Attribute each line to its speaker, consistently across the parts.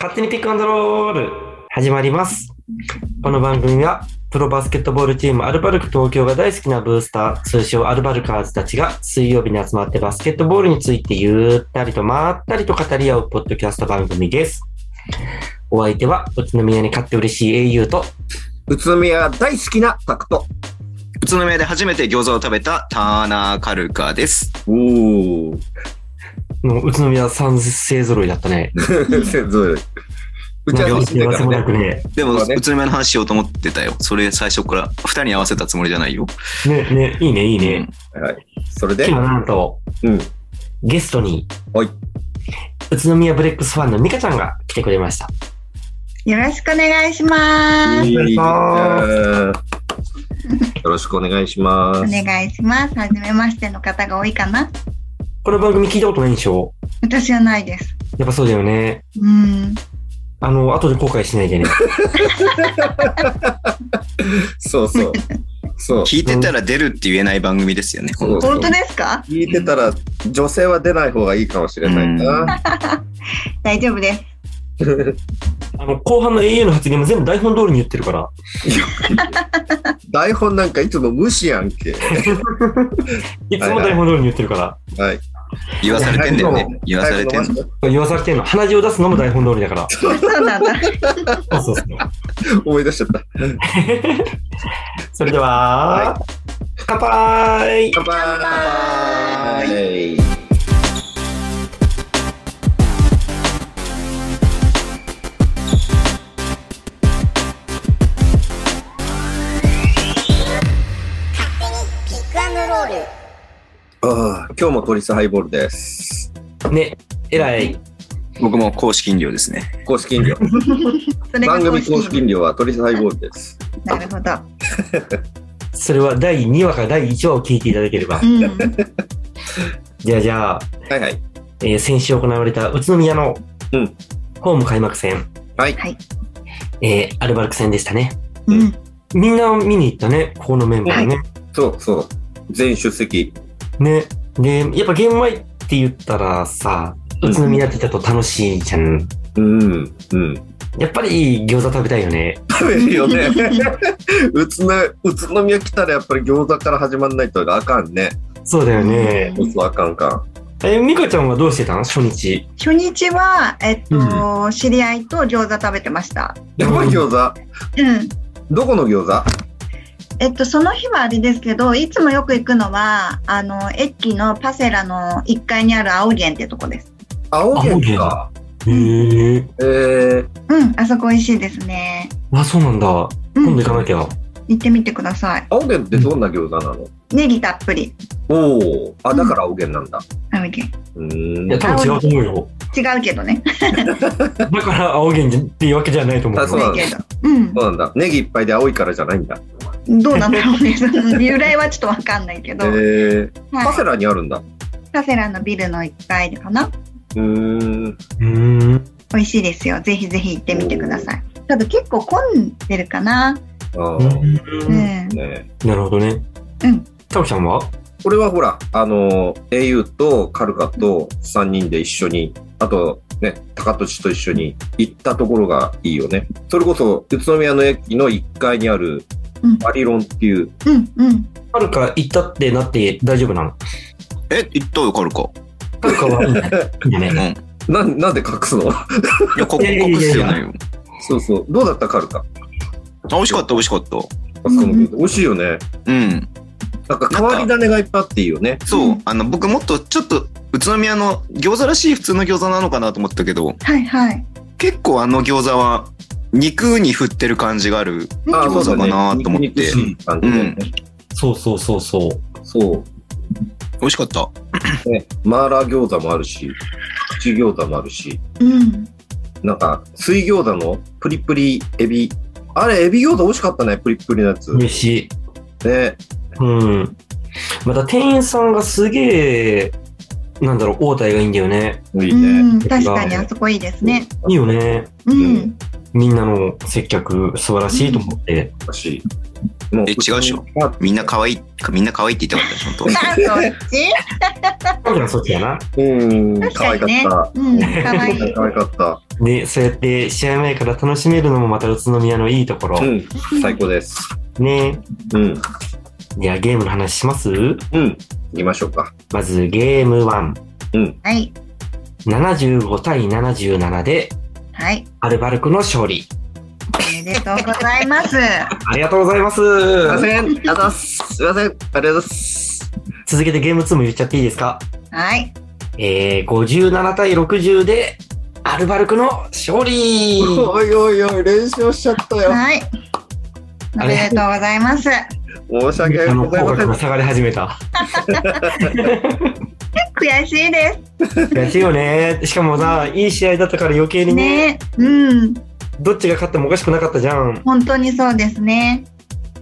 Speaker 1: 勝手にピックアンドロール始まります。この番組はプロバスケットボールチームアルバルク東京が大好きなブースター、通称アルバルカーズたちが水曜日に集まってバスケットボールについてゆったりとまったりと語り合うポッドキャスト番組です。お相手は宇都宮に勝って嬉しい au と
Speaker 2: 宇都宮大好きなタクト。
Speaker 3: 宇都宮で初めて餃子を食べたターナーカルカです。
Speaker 2: お お。
Speaker 1: もう宇都宮三世揃いだったね。
Speaker 2: せずるい。打ち合
Speaker 1: なん
Speaker 2: わ
Speaker 1: か
Speaker 2: せして
Speaker 1: 幸
Speaker 2: か
Speaker 1: せもな
Speaker 2: ら
Speaker 1: く
Speaker 2: ね。
Speaker 1: ね。
Speaker 3: でも、
Speaker 2: そうね
Speaker 3: 宇都宮の話しようと思ってたよ。それ最初から。二人に合わせたつもりじゃないよ。
Speaker 1: ね、ね、いいね、いいね。
Speaker 2: はい。それで
Speaker 1: 今日、はなんと、
Speaker 2: うん。
Speaker 1: ゲストに、
Speaker 2: はい
Speaker 1: 宇都宮ブレックスファンのミカちゃんが来てくれました。
Speaker 4: よろしくお願いします。
Speaker 1: 願いしま
Speaker 2: よろしくお願いしま
Speaker 4: お
Speaker 2: す。
Speaker 4: 願いします。はじめましての方が多いかな。
Speaker 1: この番組聞いたことないんでしょ
Speaker 4: 私はないです。
Speaker 1: やっぱそうだよね。
Speaker 4: うん。
Speaker 1: あの、後で後悔しないで ね。
Speaker 2: そうそう。そう。
Speaker 3: 聞いてたら出るって言えない番組ですよね。
Speaker 2: そう
Speaker 4: 本当ですか？
Speaker 2: 聞いてたら、女性は出ない方がいいかもしれないな。
Speaker 4: 大丈夫 です。
Speaker 1: あの、後半の AA の発言も全部台本通りに言ってるから。
Speaker 2: 台本なんかいつも無視やんけ。
Speaker 1: いつも台本通りに言ってるから。
Speaker 2: はい。
Speaker 3: 言わされてんだよね。言わされてんの。
Speaker 1: 言わされてんの。鼻血を出すのも台本通りだから。
Speaker 4: そうなんだ。
Speaker 1: そうそうそう。
Speaker 2: 思い出しちゃった。
Speaker 1: それでは、乾杯
Speaker 2: 乾杯ああ今日もトリスハイボールです。
Speaker 1: ね、えらい。
Speaker 3: 僕も公式飲料ですね。
Speaker 2: 公式飲料。
Speaker 4: それが
Speaker 2: 番
Speaker 4: 公
Speaker 2: 組公
Speaker 4: 式
Speaker 2: 式飲料はトリスハイボールです。
Speaker 4: なるほど。
Speaker 1: それは第2話から第1話を聞いていただければ
Speaker 4: う。ん。
Speaker 1: じゃあじゃあ、
Speaker 2: はいはい。
Speaker 1: えー先週行われた宇都宮の
Speaker 2: うん
Speaker 1: ホーム開幕戦、
Speaker 2: はい
Speaker 4: はい
Speaker 1: えーアルバルク戦でしたね。
Speaker 4: うん。
Speaker 1: みんな見に行ったね、ここのメンバーね。
Speaker 2: そうそう。全出席。
Speaker 1: ね。で、やっぱゲーム前って言ったらさ、宇都宮って言ったと楽しいじゃん。
Speaker 2: うんうん。
Speaker 1: やっぱり餃子食べたいよね。
Speaker 2: 食べるよね。 宇都宇都宮来たらやっぱり餃子から始まんないとあかんね。
Speaker 1: そうだよね。
Speaker 2: そうそうあかんあかん。
Speaker 1: え、ミカちゃんはどうしてたん初日。
Speaker 4: 初日はえっと、知り合いと餃子食べてました。
Speaker 2: やばい餃子。
Speaker 4: うん。
Speaker 2: どこの餃子？
Speaker 4: えっとその日はあれですけど、いつもよく行くのはあの駅のパセラの1階にある青源ってとこです。
Speaker 2: 青源か。
Speaker 1: へえ。
Speaker 2: えー、
Speaker 4: うん。あそこ美味しいですね。
Speaker 1: あ、そうなんだ。
Speaker 4: う
Speaker 1: 今
Speaker 4: ん
Speaker 1: 度行。かなきゃ。
Speaker 4: 行ってみてください。
Speaker 2: 青源ってどんな餃子なの？
Speaker 4: ネギたっぷり。
Speaker 2: おお。あだから青源なんだ。
Speaker 4: 青源。
Speaker 2: うーん。
Speaker 1: いや、多分違うと思うよ。
Speaker 4: 違うけどね。
Speaker 1: だから青源っていうわけじゃないと思うよ。
Speaker 2: あそう
Speaker 4: な
Speaker 2: ないん
Speaker 4: け
Speaker 2: です
Speaker 4: ど。うん。
Speaker 2: そうなんだ。ネギいっぱいで青いからじゃないんだ。
Speaker 4: どうなんだろうね。その由来はちょっとわかんないけ
Speaker 2: え
Speaker 4: ど。
Speaker 2: ー、
Speaker 4: はい
Speaker 2: パセラにあるんだ。
Speaker 4: パセラのビルの1階かな。
Speaker 2: うーん。
Speaker 1: うーん。
Speaker 4: 美味しいですよ。ぜひぜひ行ってみてください。ただ結構混んでるかな。
Speaker 2: あ
Speaker 1: う
Speaker 2: ー
Speaker 4: うんん。
Speaker 2: ね。
Speaker 1: なるほどね。
Speaker 4: うん。
Speaker 1: タオちゃんは
Speaker 2: これはほら、あの、au とカルカと3人で一緒に、あとね、高俊と一緒に行ったところがいいよね。それこそ、宇都宮の駅の1階にある
Speaker 4: うん、
Speaker 2: バリロンっていう、
Speaker 4: うんうん。
Speaker 1: はるか行ったってなって大丈夫なの
Speaker 3: え、言ったよ、カルカ。
Speaker 1: はるかはいいんだね。いいんだ
Speaker 3: うん。い
Speaker 1: ね。
Speaker 3: や、
Speaker 2: なん、なんで隠すの
Speaker 3: ここ隠してないよ。
Speaker 2: そうそう。どうだったカルカあ
Speaker 3: あ美味しかった、美味しかった。
Speaker 2: そこの
Speaker 4: うん
Speaker 2: 美味しいよね。
Speaker 3: うん。
Speaker 2: なんか変わり種がいっぱいあっていいよね。
Speaker 3: そう。あの、僕もっとちょっと、宇都宮の餃子らしい普通の餃子なのかなと思ったけど、
Speaker 4: はいはい。
Speaker 3: 結構あの餃子は、肉に振ってる感じがある。
Speaker 2: あ
Speaker 3: 餃子
Speaker 2: そうだね
Speaker 3: かなと思って
Speaker 2: 肉々しい感じだよね。
Speaker 1: そうそうそうそう。
Speaker 2: そ
Speaker 3: 美味しかった。
Speaker 2: う、ね。マーラー餃子もあるし、プチ餃子もあるし。
Speaker 4: うん。
Speaker 2: なんか、水餃子のプリプリエビ。あれ、エビ餃子美味しかったね、プリプリのやつ。
Speaker 1: 美味しい。
Speaker 2: ね。
Speaker 1: うん。また店員さんがすげえ、なんだろう、応対がいいんだよね。
Speaker 2: いいね。
Speaker 4: うん。確かにあそこいいですね。
Speaker 1: いいよね。
Speaker 4: うん。
Speaker 1: みんなの接客素晴らしいと思って。
Speaker 2: おかしい。もう
Speaker 3: え違うでしょ。
Speaker 2: まあ
Speaker 3: みんな可愛い、みんな可愛いって言いたかったでしょ、本
Speaker 4: あ、そ
Speaker 1: 今回はそ
Speaker 4: っち
Speaker 1: っちやな。
Speaker 2: うん、
Speaker 4: 確
Speaker 2: 可
Speaker 4: か
Speaker 2: 愛か
Speaker 4: に
Speaker 2: っ
Speaker 4: ね。
Speaker 2: た。
Speaker 4: うん、かわいい。
Speaker 2: 可愛かっ
Speaker 1: で、そうやって試合前から楽しめるのもまた宇都宮のいいところ
Speaker 2: た。う。ん、最高です。
Speaker 1: ね
Speaker 2: うん、
Speaker 1: じゃあゲームの話します
Speaker 2: うん、行きましょうか。
Speaker 1: まずゲーム1。
Speaker 4: はい、
Speaker 1: 75対77で
Speaker 4: はい、
Speaker 1: アルバルクの勝利。
Speaker 4: おめでとうございます。
Speaker 1: ありがとうございます。
Speaker 2: すいません、ありがとうございます。すいません、ありがとうございます。
Speaker 1: 続けてゲーム2も言っちゃっていいですか
Speaker 4: はい、
Speaker 1: えー、57対60でアルバルクの勝利
Speaker 2: おいおいおい、練習しちゃったよ。
Speaker 4: はい。おめでとうございます。
Speaker 2: 申し訳
Speaker 1: あの、
Speaker 2: ござい
Speaker 1: 口角が。
Speaker 2: ません
Speaker 1: 下がり始めた。
Speaker 4: 悔しいで
Speaker 1: 悔しいよね。しかもさ、いい試合だったから余計
Speaker 4: す
Speaker 1: にね、
Speaker 4: ね。うん、
Speaker 1: どっちが勝ってもおかしくなかったじゃん。
Speaker 4: 本当にそうですね。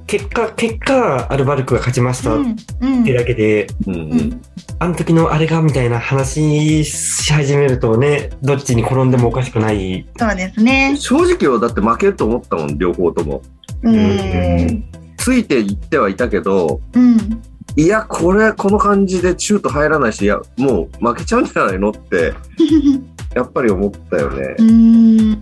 Speaker 1: 結果、結果、アルバルクが勝ちまし
Speaker 4: う
Speaker 1: たっ
Speaker 4: ん、うん
Speaker 1: て、だけで、
Speaker 2: うん
Speaker 4: う
Speaker 2: うん
Speaker 4: ん、
Speaker 1: あの時のあれがみたいな話し始めるとね、どっちに転んでもおかしくない。
Speaker 4: そうですね。
Speaker 2: 正直よ、だって負けると思ったもん、両方とも。
Speaker 4: う
Speaker 1: うん
Speaker 4: ん、
Speaker 2: ついていってはいたけど、
Speaker 4: うん、
Speaker 2: いや、これ、この感じで中途入らないし、いや、もう負けちゃうんじゃないのって、やっぱり思ったよね
Speaker 4: う。ん、
Speaker 1: い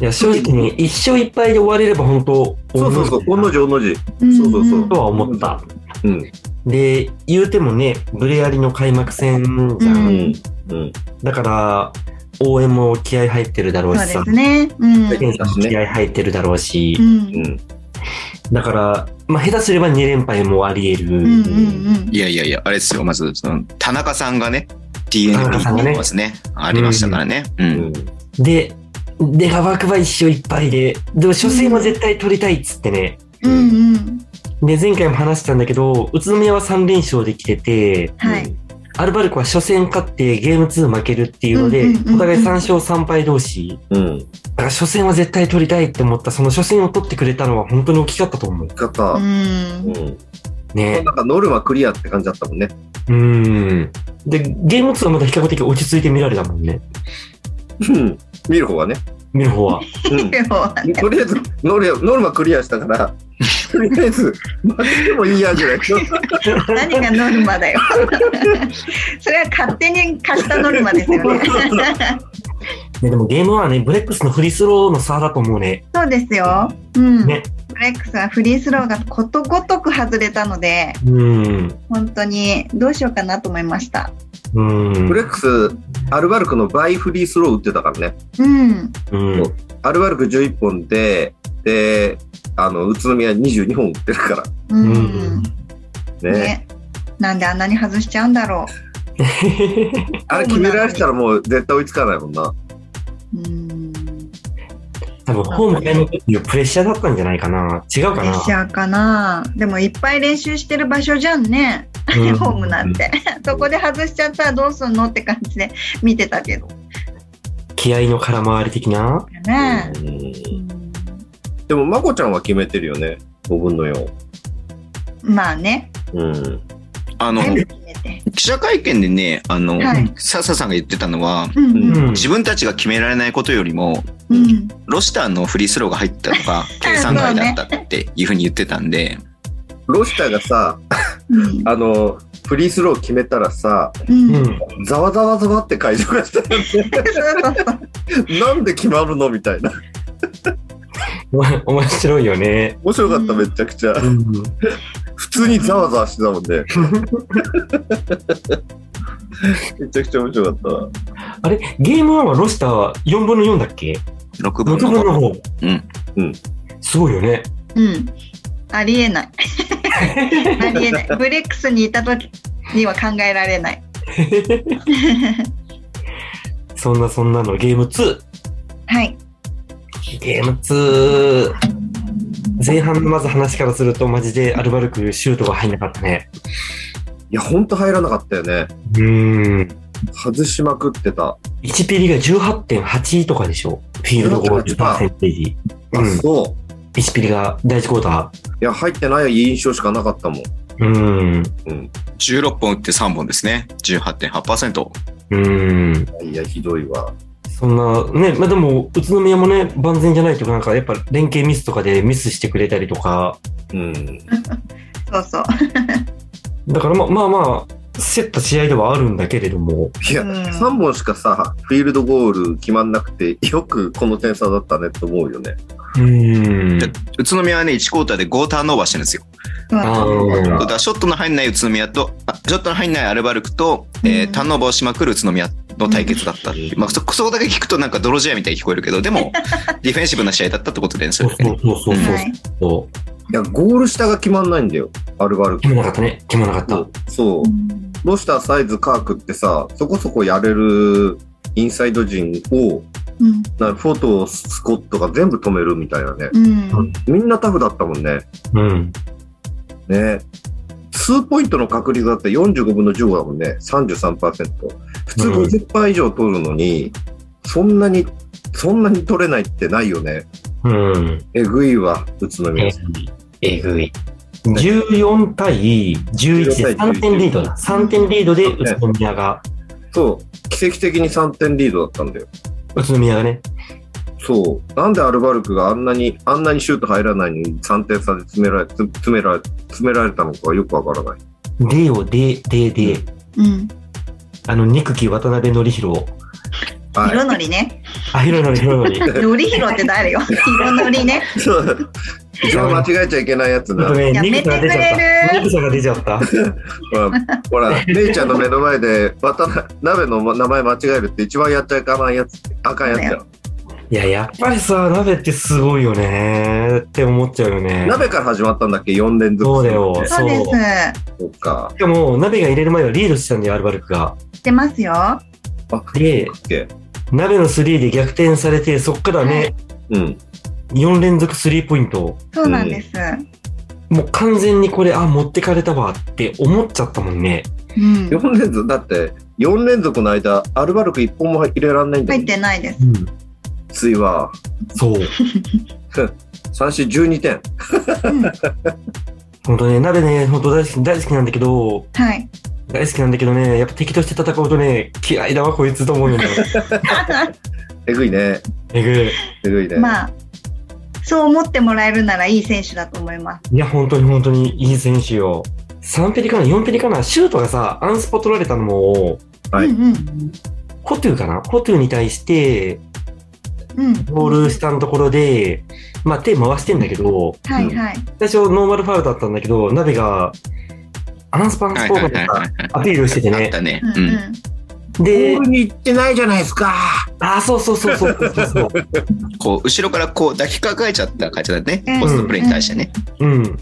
Speaker 1: や、正直に一勝一敗で終われれば本当、
Speaker 2: そうそうそう、おんの字、おんの字。
Speaker 4: うん
Speaker 2: そうそうそう
Speaker 4: うん
Speaker 1: とは思った。
Speaker 2: うん、
Speaker 1: で、言うてもね、ブレアリの開幕戦じゃん。
Speaker 4: う
Speaker 2: うんん、うん。
Speaker 1: だから、応援も気合入ってるだろうし
Speaker 4: そう
Speaker 1: さ
Speaker 4: です、ね。うん、
Speaker 2: はい
Speaker 1: 選手も気合入ってるだろうし
Speaker 4: う、ん、
Speaker 2: うん
Speaker 1: だから、まあ、下手すれば2連敗もあり得る。
Speaker 4: うん、うん、
Speaker 3: いやいやいや、あれですよ、まず、その田中さんがね、
Speaker 1: 田中さん
Speaker 3: TNP
Speaker 1: がね
Speaker 3: にますね、ありましたからね。う。
Speaker 2: うんん
Speaker 1: で、で、ガバクバ一勝一敗で、でも初戦は絶対取りたいっつってね。
Speaker 4: うん、うん、
Speaker 1: で、前回も話したんだけど、宇都宮は3連勝できてて、
Speaker 4: はい。
Speaker 1: アルバルクは初戦勝ってゲーム2負けるっていうので、
Speaker 4: うんうんうんうん
Speaker 1: お互い3勝3敗同士。
Speaker 2: うん。
Speaker 1: だから初戦は絶対取りたいって思った、その初戦を取ってくれたのは本当に大きかったと思う。
Speaker 2: 方、
Speaker 4: う、
Speaker 2: うんん。
Speaker 1: ね。
Speaker 2: なんかノルマクリアって感じだったもんね。
Speaker 1: うん。で、ゲーム2はまだ比較的落ち着いて見られたもんね。
Speaker 2: うん。見る方はね。
Speaker 1: 見る方は。
Speaker 2: うん。とりあえずノルノルマクリアしたから、とりあえず負けてもいいやぐらいの。
Speaker 4: 何がノルマだよ。それは勝手に貸したノルマですよね。
Speaker 1: ね、でもゲームはね、ブレックスのフリースローの差だと思うね。
Speaker 4: そうですよ。うん。
Speaker 1: ね
Speaker 4: ブレックスはフリースローがことごとく外れたので、
Speaker 1: うん。
Speaker 4: 本当にどうしようかなと思いました。
Speaker 1: うん。
Speaker 2: フレックス、アルバルクの倍フリースロー打ってたからね。
Speaker 4: うん。
Speaker 1: うん。
Speaker 2: アルバルク11本で、で、あの、宇都宮22本打ってるか
Speaker 4: う
Speaker 1: うんん。。
Speaker 2: ら。ね。
Speaker 4: ね。なんであんなに外しちゃうんだろ
Speaker 2: あれ決められてたらもう絶対追いつかないもんな。
Speaker 4: う。うん。
Speaker 1: 多分、ホーム開幕っていうプレッシャーだったんじゃないかな。違う
Speaker 4: プ
Speaker 1: か
Speaker 4: レッシ
Speaker 1: な。
Speaker 4: ャーかな。でもいっぱい練習してる場所じゃんね。
Speaker 1: うん
Speaker 4: ホームなんて。そこで外しちゃったらどうすんのって感じで見てたけど。
Speaker 1: 気合の空回り的な。
Speaker 4: ね。
Speaker 2: うん
Speaker 4: うん
Speaker 2: でも、まこちゃんは決めてるよね。5分の4。
Speaker 4: まあね。
Speaker 2: うん。
Speaker 3: あの、
Speaker 4: 全部決めて。
Speaker 3: 記者会見でね、あの、
Speaker 4: はい
Speaker 3: 笹さんが言ってたのは、
Speaker 4: うん
Speaker 2: う
Speaker 1: うん。
Speaker 3: 自分たちが決められないことよりも、
Speaker 4: うん。
Speaker 3: ロシターのフリースローが入ったの が計算外だったっていうふうに言ってたんで、
Speaker 2: ロシターがさ、
Speaker 4: うん。
Speaker 2: あの、フリースロー決めたらさ、
Speaker 4: うん
Speaker 1: う
Speaker 4: うん
Speaker 1: ん。
Speaker 2: ざわざわざわって会場がしたよね。
Speaker 4: そうそうそ う。
Speaker 2: なんで決まるのみたいな。
Speaker 1: 面白いよね。
Speaker 2: 面白かった、
Speaker 4: うん
Speaker 2: めちゃくちゃ。
Speaker 1: うん。
Speaker 2: 普通にざわざわしてたもんね。めちゃくちゃ面白かっ
Speaker 1: あれゲーム1はロスター4分の4だっけ
Speaker 3: 6
Speaker 1: ?6
Speaker 3: 分の
Speaker 1: 分の
Speaker 3: 5。
Speaker 1: 方。
Speaker 3: うん。
Speaker 2: うん。
Speaker 1: すごいよね。
Speaker 4: うん。ありえない。ありえない。ブレックスにいた時には考えられない。
Speaker 1: そんなそんなのゲーム2。
Speaker 4: はい。
Speaker 1: ゲーム2。前半のまず話からすると、マジでアルバルクシュートが入んなかったね。
Speaker 2: た。いや、ほんと入らなかったよね。
Speaker 1: うん。
Speaker 2: 外しまくってた。
Speaker 1: 1ピリが18.8とかでしょフィールドゴールパーセンテージ。う
Speaker 2: あ、
Speaker 1: ん。
Speaker 2: そう。
Speaker 1: 1ピリが第1クォータ
Speaker 2: いや、入ってない印象しかなかったもん。
Speaker 1: ー。うん。
Speaker 2: うん。
Speaker 3: 16本打って3本ですね。18.8%。
Speaker 1: うん。
Speaker 2: いや、ひどいわ。
Speaker 1: そんな、ね、まあ、でも、宇都宮もね、万全じゃないとか、なんか、やっぱ、連携ミスとかでミスしてくれたりとか、
Speaker 2: うん。
Speaker 4: そうそう。
Speaker 1: だからまあまあまあ、競った試合ではあるんだけれども、
Speaker 2: いや、
Speaker 4: うん
Speaker 2: 3本しかさ、フィールドゴール決まんなくて、よくこの点差だったねと思うよね。
Speaker 1: うーん。
Speaker 3: 宇都宮はね、1クォーターで5ターンオーバーしてるんですよ。
Speaker 4: うん
Speaker 1: あー
Speaker 3: だからショットの入んない宇都宮と、あショットの入んないアルバルクと、えー
Speaker 4: うん
Speaker 3: ターンオーバーをしまくる宇都宮の対決だったっていう
Speaker 2: うん
Speaker 3: まあ、そ、そこだけ聞くとなんか泥試合みたいに聞こえるけど、で も、ディフェンシブな試合だったってことでそ
Speaker 1: そう
Speaker 3: れね
Speaker 1: そうそうそうそう
Speaker 4: はい。
Speaker 1: そう。
Speaker 2: いや、ゴール下が決まんないんだよ、アルバルク
Speaker 1: 決。まらなかったね。決まらなかった。
Speaker 2: そう
Speaker 4: う。ん
Speaker 2: ロシター、サイズ、カークってさ、そこそこやれるインサイド陣を、
Speaker 4: うん
Speaker 2: なフォト、スコットが全部止めるみたいなね。
Speaker 4: うん
Speaker 2: みんなタフだったもんね。
Speaker 1: うん。
Speaker 2: ね。2ポイントの確率だって45分の15だもんね。33%。普通
Speaker 1: うん
Speaker 2: 50%以上取るのに、そんなに、そんなに取れないってないよね。
Speaker 1: うん。
Speaker 2: えぐいわ、宇都宮。
Speaker 1: えぐい。14対11で
Speaker 2: 14対11
Speaker 1: 3点リードだ。3点リードで宇都宮が、
Speaker 2: そう。奇跡的に3点リードだったんだよ。
Speaker 1: 宇都宮がね。
Speaker 2: そう。なんでアルバルクがあんなに、あんなにシュート入らないのに3点差で詰められ、つ詰められ、詰められたのかよくわからない。
Speaker 1: でよ、で、で、で。
Speaker 4: うん。
Speaker 1: あの、憎き渡辺則弘。
Speaker 4: ひろ
Speaker 2: は
Speaker 4: のりね。
Speaker 1: あ、ひろのり、ひろのり。ち
Speaker 4: よりひろって誰よ。ひろのりね。
Speaker 2: い。そう。一番間違えちゃいけないやつ
Speaker 1: ょっ
Speaker 2: な
Speaker 1: と。ね、
Speaker 4: や
Speaker 1: 憎さが出ちゃ
Speaker 4: や
Speaker 1: ってた。
Speaker 4: めくれる
Speaker 1: 憎さが出ちゃった。
Speaker 2: ほら、ほら姉ちゃんの目の前で、渡辺、鍋の名前間違えるって一番やっちゃいかないやつ、あかんやつや。
Speaker 1: いや、やっぱりさ、鍋ってすごいよねって思っちゃうよね。
Speaker 2: 鍋から始まったんだっけ ?4 連続。
Speaker 1: そうだよ
Speaker 4: そうです。
Speaker 2: そっか。
Speaker 1: しかも、鍋が入れる前はリードしてたんだよ、アルバルクが。
Speaker 4: 知ってますよ。
Speaker 2: あ、
Speaker 1: で、
Speaker 2: オッケー
Speaker 1: 鍋のスリーで逆転されて、そっからね、
Speaker 2: うん。
Speaker 1: 4連続スリーポイント。
Speaker 4: そうなんです。
Speaker 1: もう完全にこれ、あ、持ってかれたわって思っちゃったもんね。
Speaker 4: うん。
Speaker 2: 4連続、だって、4連続の間、アルバルク1本も入れられないんだ
Speaker 4: 入
Speaker 2: よ
Speaker 4: っ。てないです。
Speaker 1: うん。
Speaker 2: きついわ。
Speaker 1: そう。
Speaker 2: 三振12点。
Speaker 4: うん
Speaker 1: 本当ね、鍋ね、本当大好き、大好きなんだけど、
Speaker 4: はい。
Speaker 1: 大好きなんだけどね、やっぱ敵として戦うとね、嫌いだわ、こいつと思う よね。
Speaker 2: えぐいね。
Speaker 1: えぐい。
Speaker 2: えぐいね。
Speaker 4: まあ、そう思ってもらえるならいい選手だと思います。
Speaker 1: いや、本当に本当にいい選手よ。3ペリかな、4ペリかな、シュートがさ、アンスポ取られたのも、
Speaker 2: はい
Speaker 4: うん
Speaker 1: ホトゥーかなホトゥーに対して、
Speaker 4: うん。うん。
Speaker 1: ボール下のところで、まあ手回してんだけど、
Speaker 4: はいはい。
Speaker 1: 最初ノーマルファウルだったんだけど、鍋が、アンスパンスポーカー
Speaker 3: い
Speaker 1: アピールしてて
Speaker 3: あっ
Speaker 1: ね。
Speaker 3: たね。
Speaker 4: うん
Speaker 3: うん。
Speaker 1: で、
Speaker 2: に行ってないじゃないですか。
Speaker 1: あ、そうそうそうそうそうそうそう。
Speaker 3: こう、後ろからこう抱きかかえちゃった感じだね
Speaker 4: うん。
Speaker 3: ポストプレーに対してね。
Speaker 1: うん。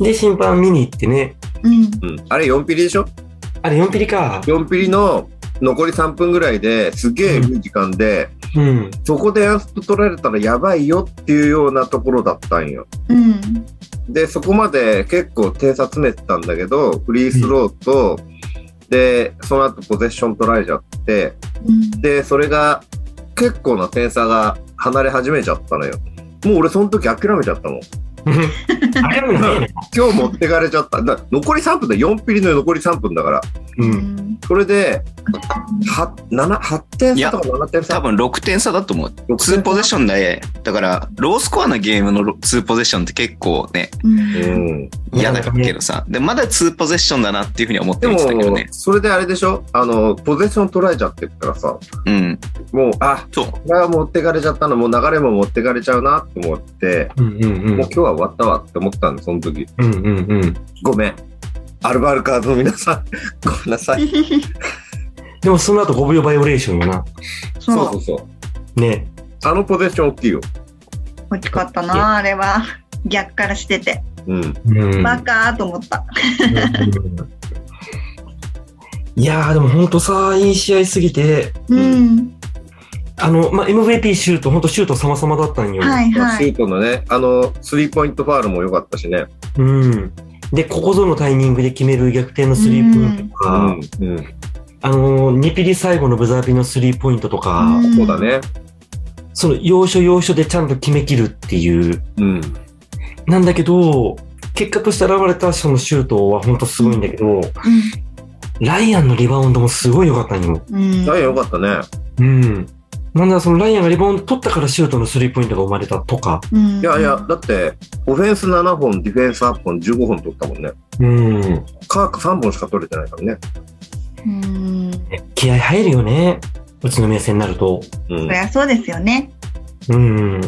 Speaker 1: で、審判見に行ってね、
Speaker 4: うん。うん。
Speaker 2: うん、あれ4ピリでしょ
Speaker 1: あれ4ペリか。
Speaker 2: ?4 ピリの残り3分ぐらいですげえいい時間で、
Speaker 1: うん。
Speaker 2: そこでエアスト取られたらやばいよっていうようなところだったんよ。
Speaker 4: うん。
Speaker 2: で、そこまで結構点差詰めてたんだけど、フリースローと、で、その後ポゼッション取られちゃって、
Speaker 4: うん
Speaker 2: で、それが結構な点差が離れ始めちゃったのよ。もう俺その時諦めちゃったもん。
Speaker 1: あれもね、
Speaker 2: 今日持ってかれちゃった。だ残り3分だよ。4ピリの残り3分だから。
Speaker 1: う。
Speaker 4: うんん。
Speaker 2: それで、は7 8点差とか7点差
Speaker 3: 多分6点差だと思う。
Speaker 2: 6
Speaker 3: 2ポゼッ
Speaker 2: シ
Speaker 3: ションで、だから、ロースコアなゲームの2ポゼッションって結構ね、
Speaker 4: うん。
Speaker 2: うん、
Speaker 3: 嫌だけどさ。で、まだ2ポゼッションだなっていうふうに思って
Speaker 2: で
Speaker 3: 見てたけど
Speaker 2: も、
Speaker 3: ね。
Speaker 2: それであれでしょあの、ポゼッション取られちゃってるからさ、
Speaker 3: うん。
Speaker 2: もう、あ、
Speaker 3: そう。
Speaker 2: これは持ってかれちゃったの、もう流れも持ってかれちゃうなって思って、
Speaker 1: うんうんうん
Speaker 2: もう今。日は終わったわって思ったんで、その時。
Speaker 1: うんうんうん。
Speaker 2: ごめん。アルバルカーズの皆さん、ごめんなさい。
Speaker 1: でもその後5秒バイオレーションよな。
Speaker 2: そうそうう
Speaker 4: そ。
Speaker 2: そう。
Speaker 1: ね。
Speaker 2: あのポゼッション大きいよ。
Speaker 4: 大きかったな、あれは。逆からしてて。
Speaker 2: うん。
Speaker 1: うん。
Speaker 4: バカーと思った。
Speaker 1: いやー、でも本当さ、いい試合すぎて、
Speaker 4: う
Speaker 2: うん
Speaker 4: ん。
Speaker 1: あの、まあ、MVP シュート、本当シュート様々だったんよ。
Speaker 4: はいは
Speaker 2: シュ
Speaker 4: い。
Speaker 2: ートのね、あの、スリーポイントファールも良かったしね。
Speaker 1: うん。で、ここぞのタイミングで決める逆転のスリーポイントと
Speaker 2: う
Speaker 1: か、
Speaker 2: ん。うん。
Speaker 1: あのー、2ピリ最後のブザーピンのスリーポイントとか、
Speaker 4: うん
Speaker 2: そうだね。
Speaker 1: その要所要所でちゃんと決めきるっていう、
Speaker 2: うん。
Speaker 1: なんだけど、結果として現れたそのシュートは本当すごいんだけど、ライアンのリバウンドもすごい良かったんよ。
Speaker 4: うん。うん
Speaker 2: ダイヤ良かったね。
Speaker 1: うん。なんだ、そのライアンがリバウンド取ったからシュートのスリーポイントが生まれたとか。
Speaker 4: うん、
Speaker 2: いやいや、だって、オフェンス7本、ディフェンス8本、15本取ったもんね。
Speaker 1: うん。
Speaker 2: カーク3本しか取れてないからね。
Speaker 4: うん、そ
Speaker 1: 気合入るよね。うちの名戦になると。
Speaker 2: うん
Speaker 4: り。ゃそうですよね。
Speaker 1: うん。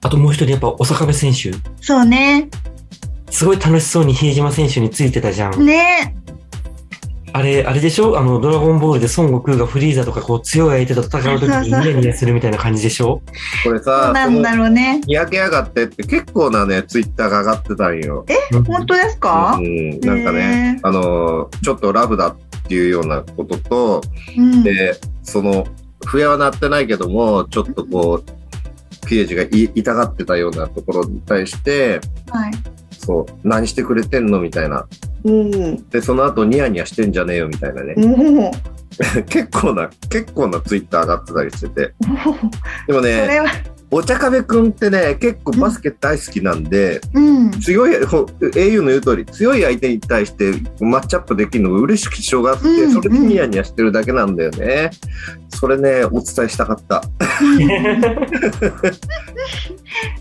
Speaker 1: あともう一人、やっぱ、小坂部選手。
Speaker 4: そうね。
Speaker 1: すごい楽しそうに比江島選手についてたじゃん。
Speaker 4: ね。
Speaker 1: あれ、あれでしょあの、ドラゴンボールで孫悟空がフリーザとかこう強い相手と戦う時に
Speaker 4: そうそう
Speaker 1: ニヤニヤするみたいな感じでしょ
Speaker 2: これ
Speaker 4: そ
Speaker 2: さ
Speaker 4: う、な
Speaker 2: そ
Speaker 4: ん
Speaker 2: の
Speaker 4: だろうね。
Speaker 2: にやけやがってって結構なね、ツイッターが上がってたんよ。
Speaker 1: うん
Speaker 4: 本当ですか
Speaker 2: う？ん、なんかね、
Speaker 4: ね。
Speaker 2: あのー、ちょっとラブだっていうようなことと、
Speaker 4: うん。
Speaker 2: で、その、笛は鳴ってないけども、ちょっとこう、ピエージがい痛がってたようなところに対して、
Speaker 4: はい。
Speaker 2: そう、何してくれてんのみたいな。
Speaker 4: おお。
Speaker 2: で、その後ニヤニヤしてんじゃねえよみたいなね。
Speaker 4: おお。
Speaker 2: 結構な、結構なツイッター上がってたりして て。
Speaker 4: そ
Speaker 2: でもね、
Speaker 4: れは、
Speaker 2: お茶壁くんってね、結構バスケ大好きなんで、
Speaker 4: うん。
Speaker 2: 強い、ほ au の言う通り、強い相手に対してマッチアップできるのが嬉しくしょうがあって、
Speaker 4: うん
Speaker 2: それでニヤニヤしてるだけなんだよね。それね、お伝えしたかった。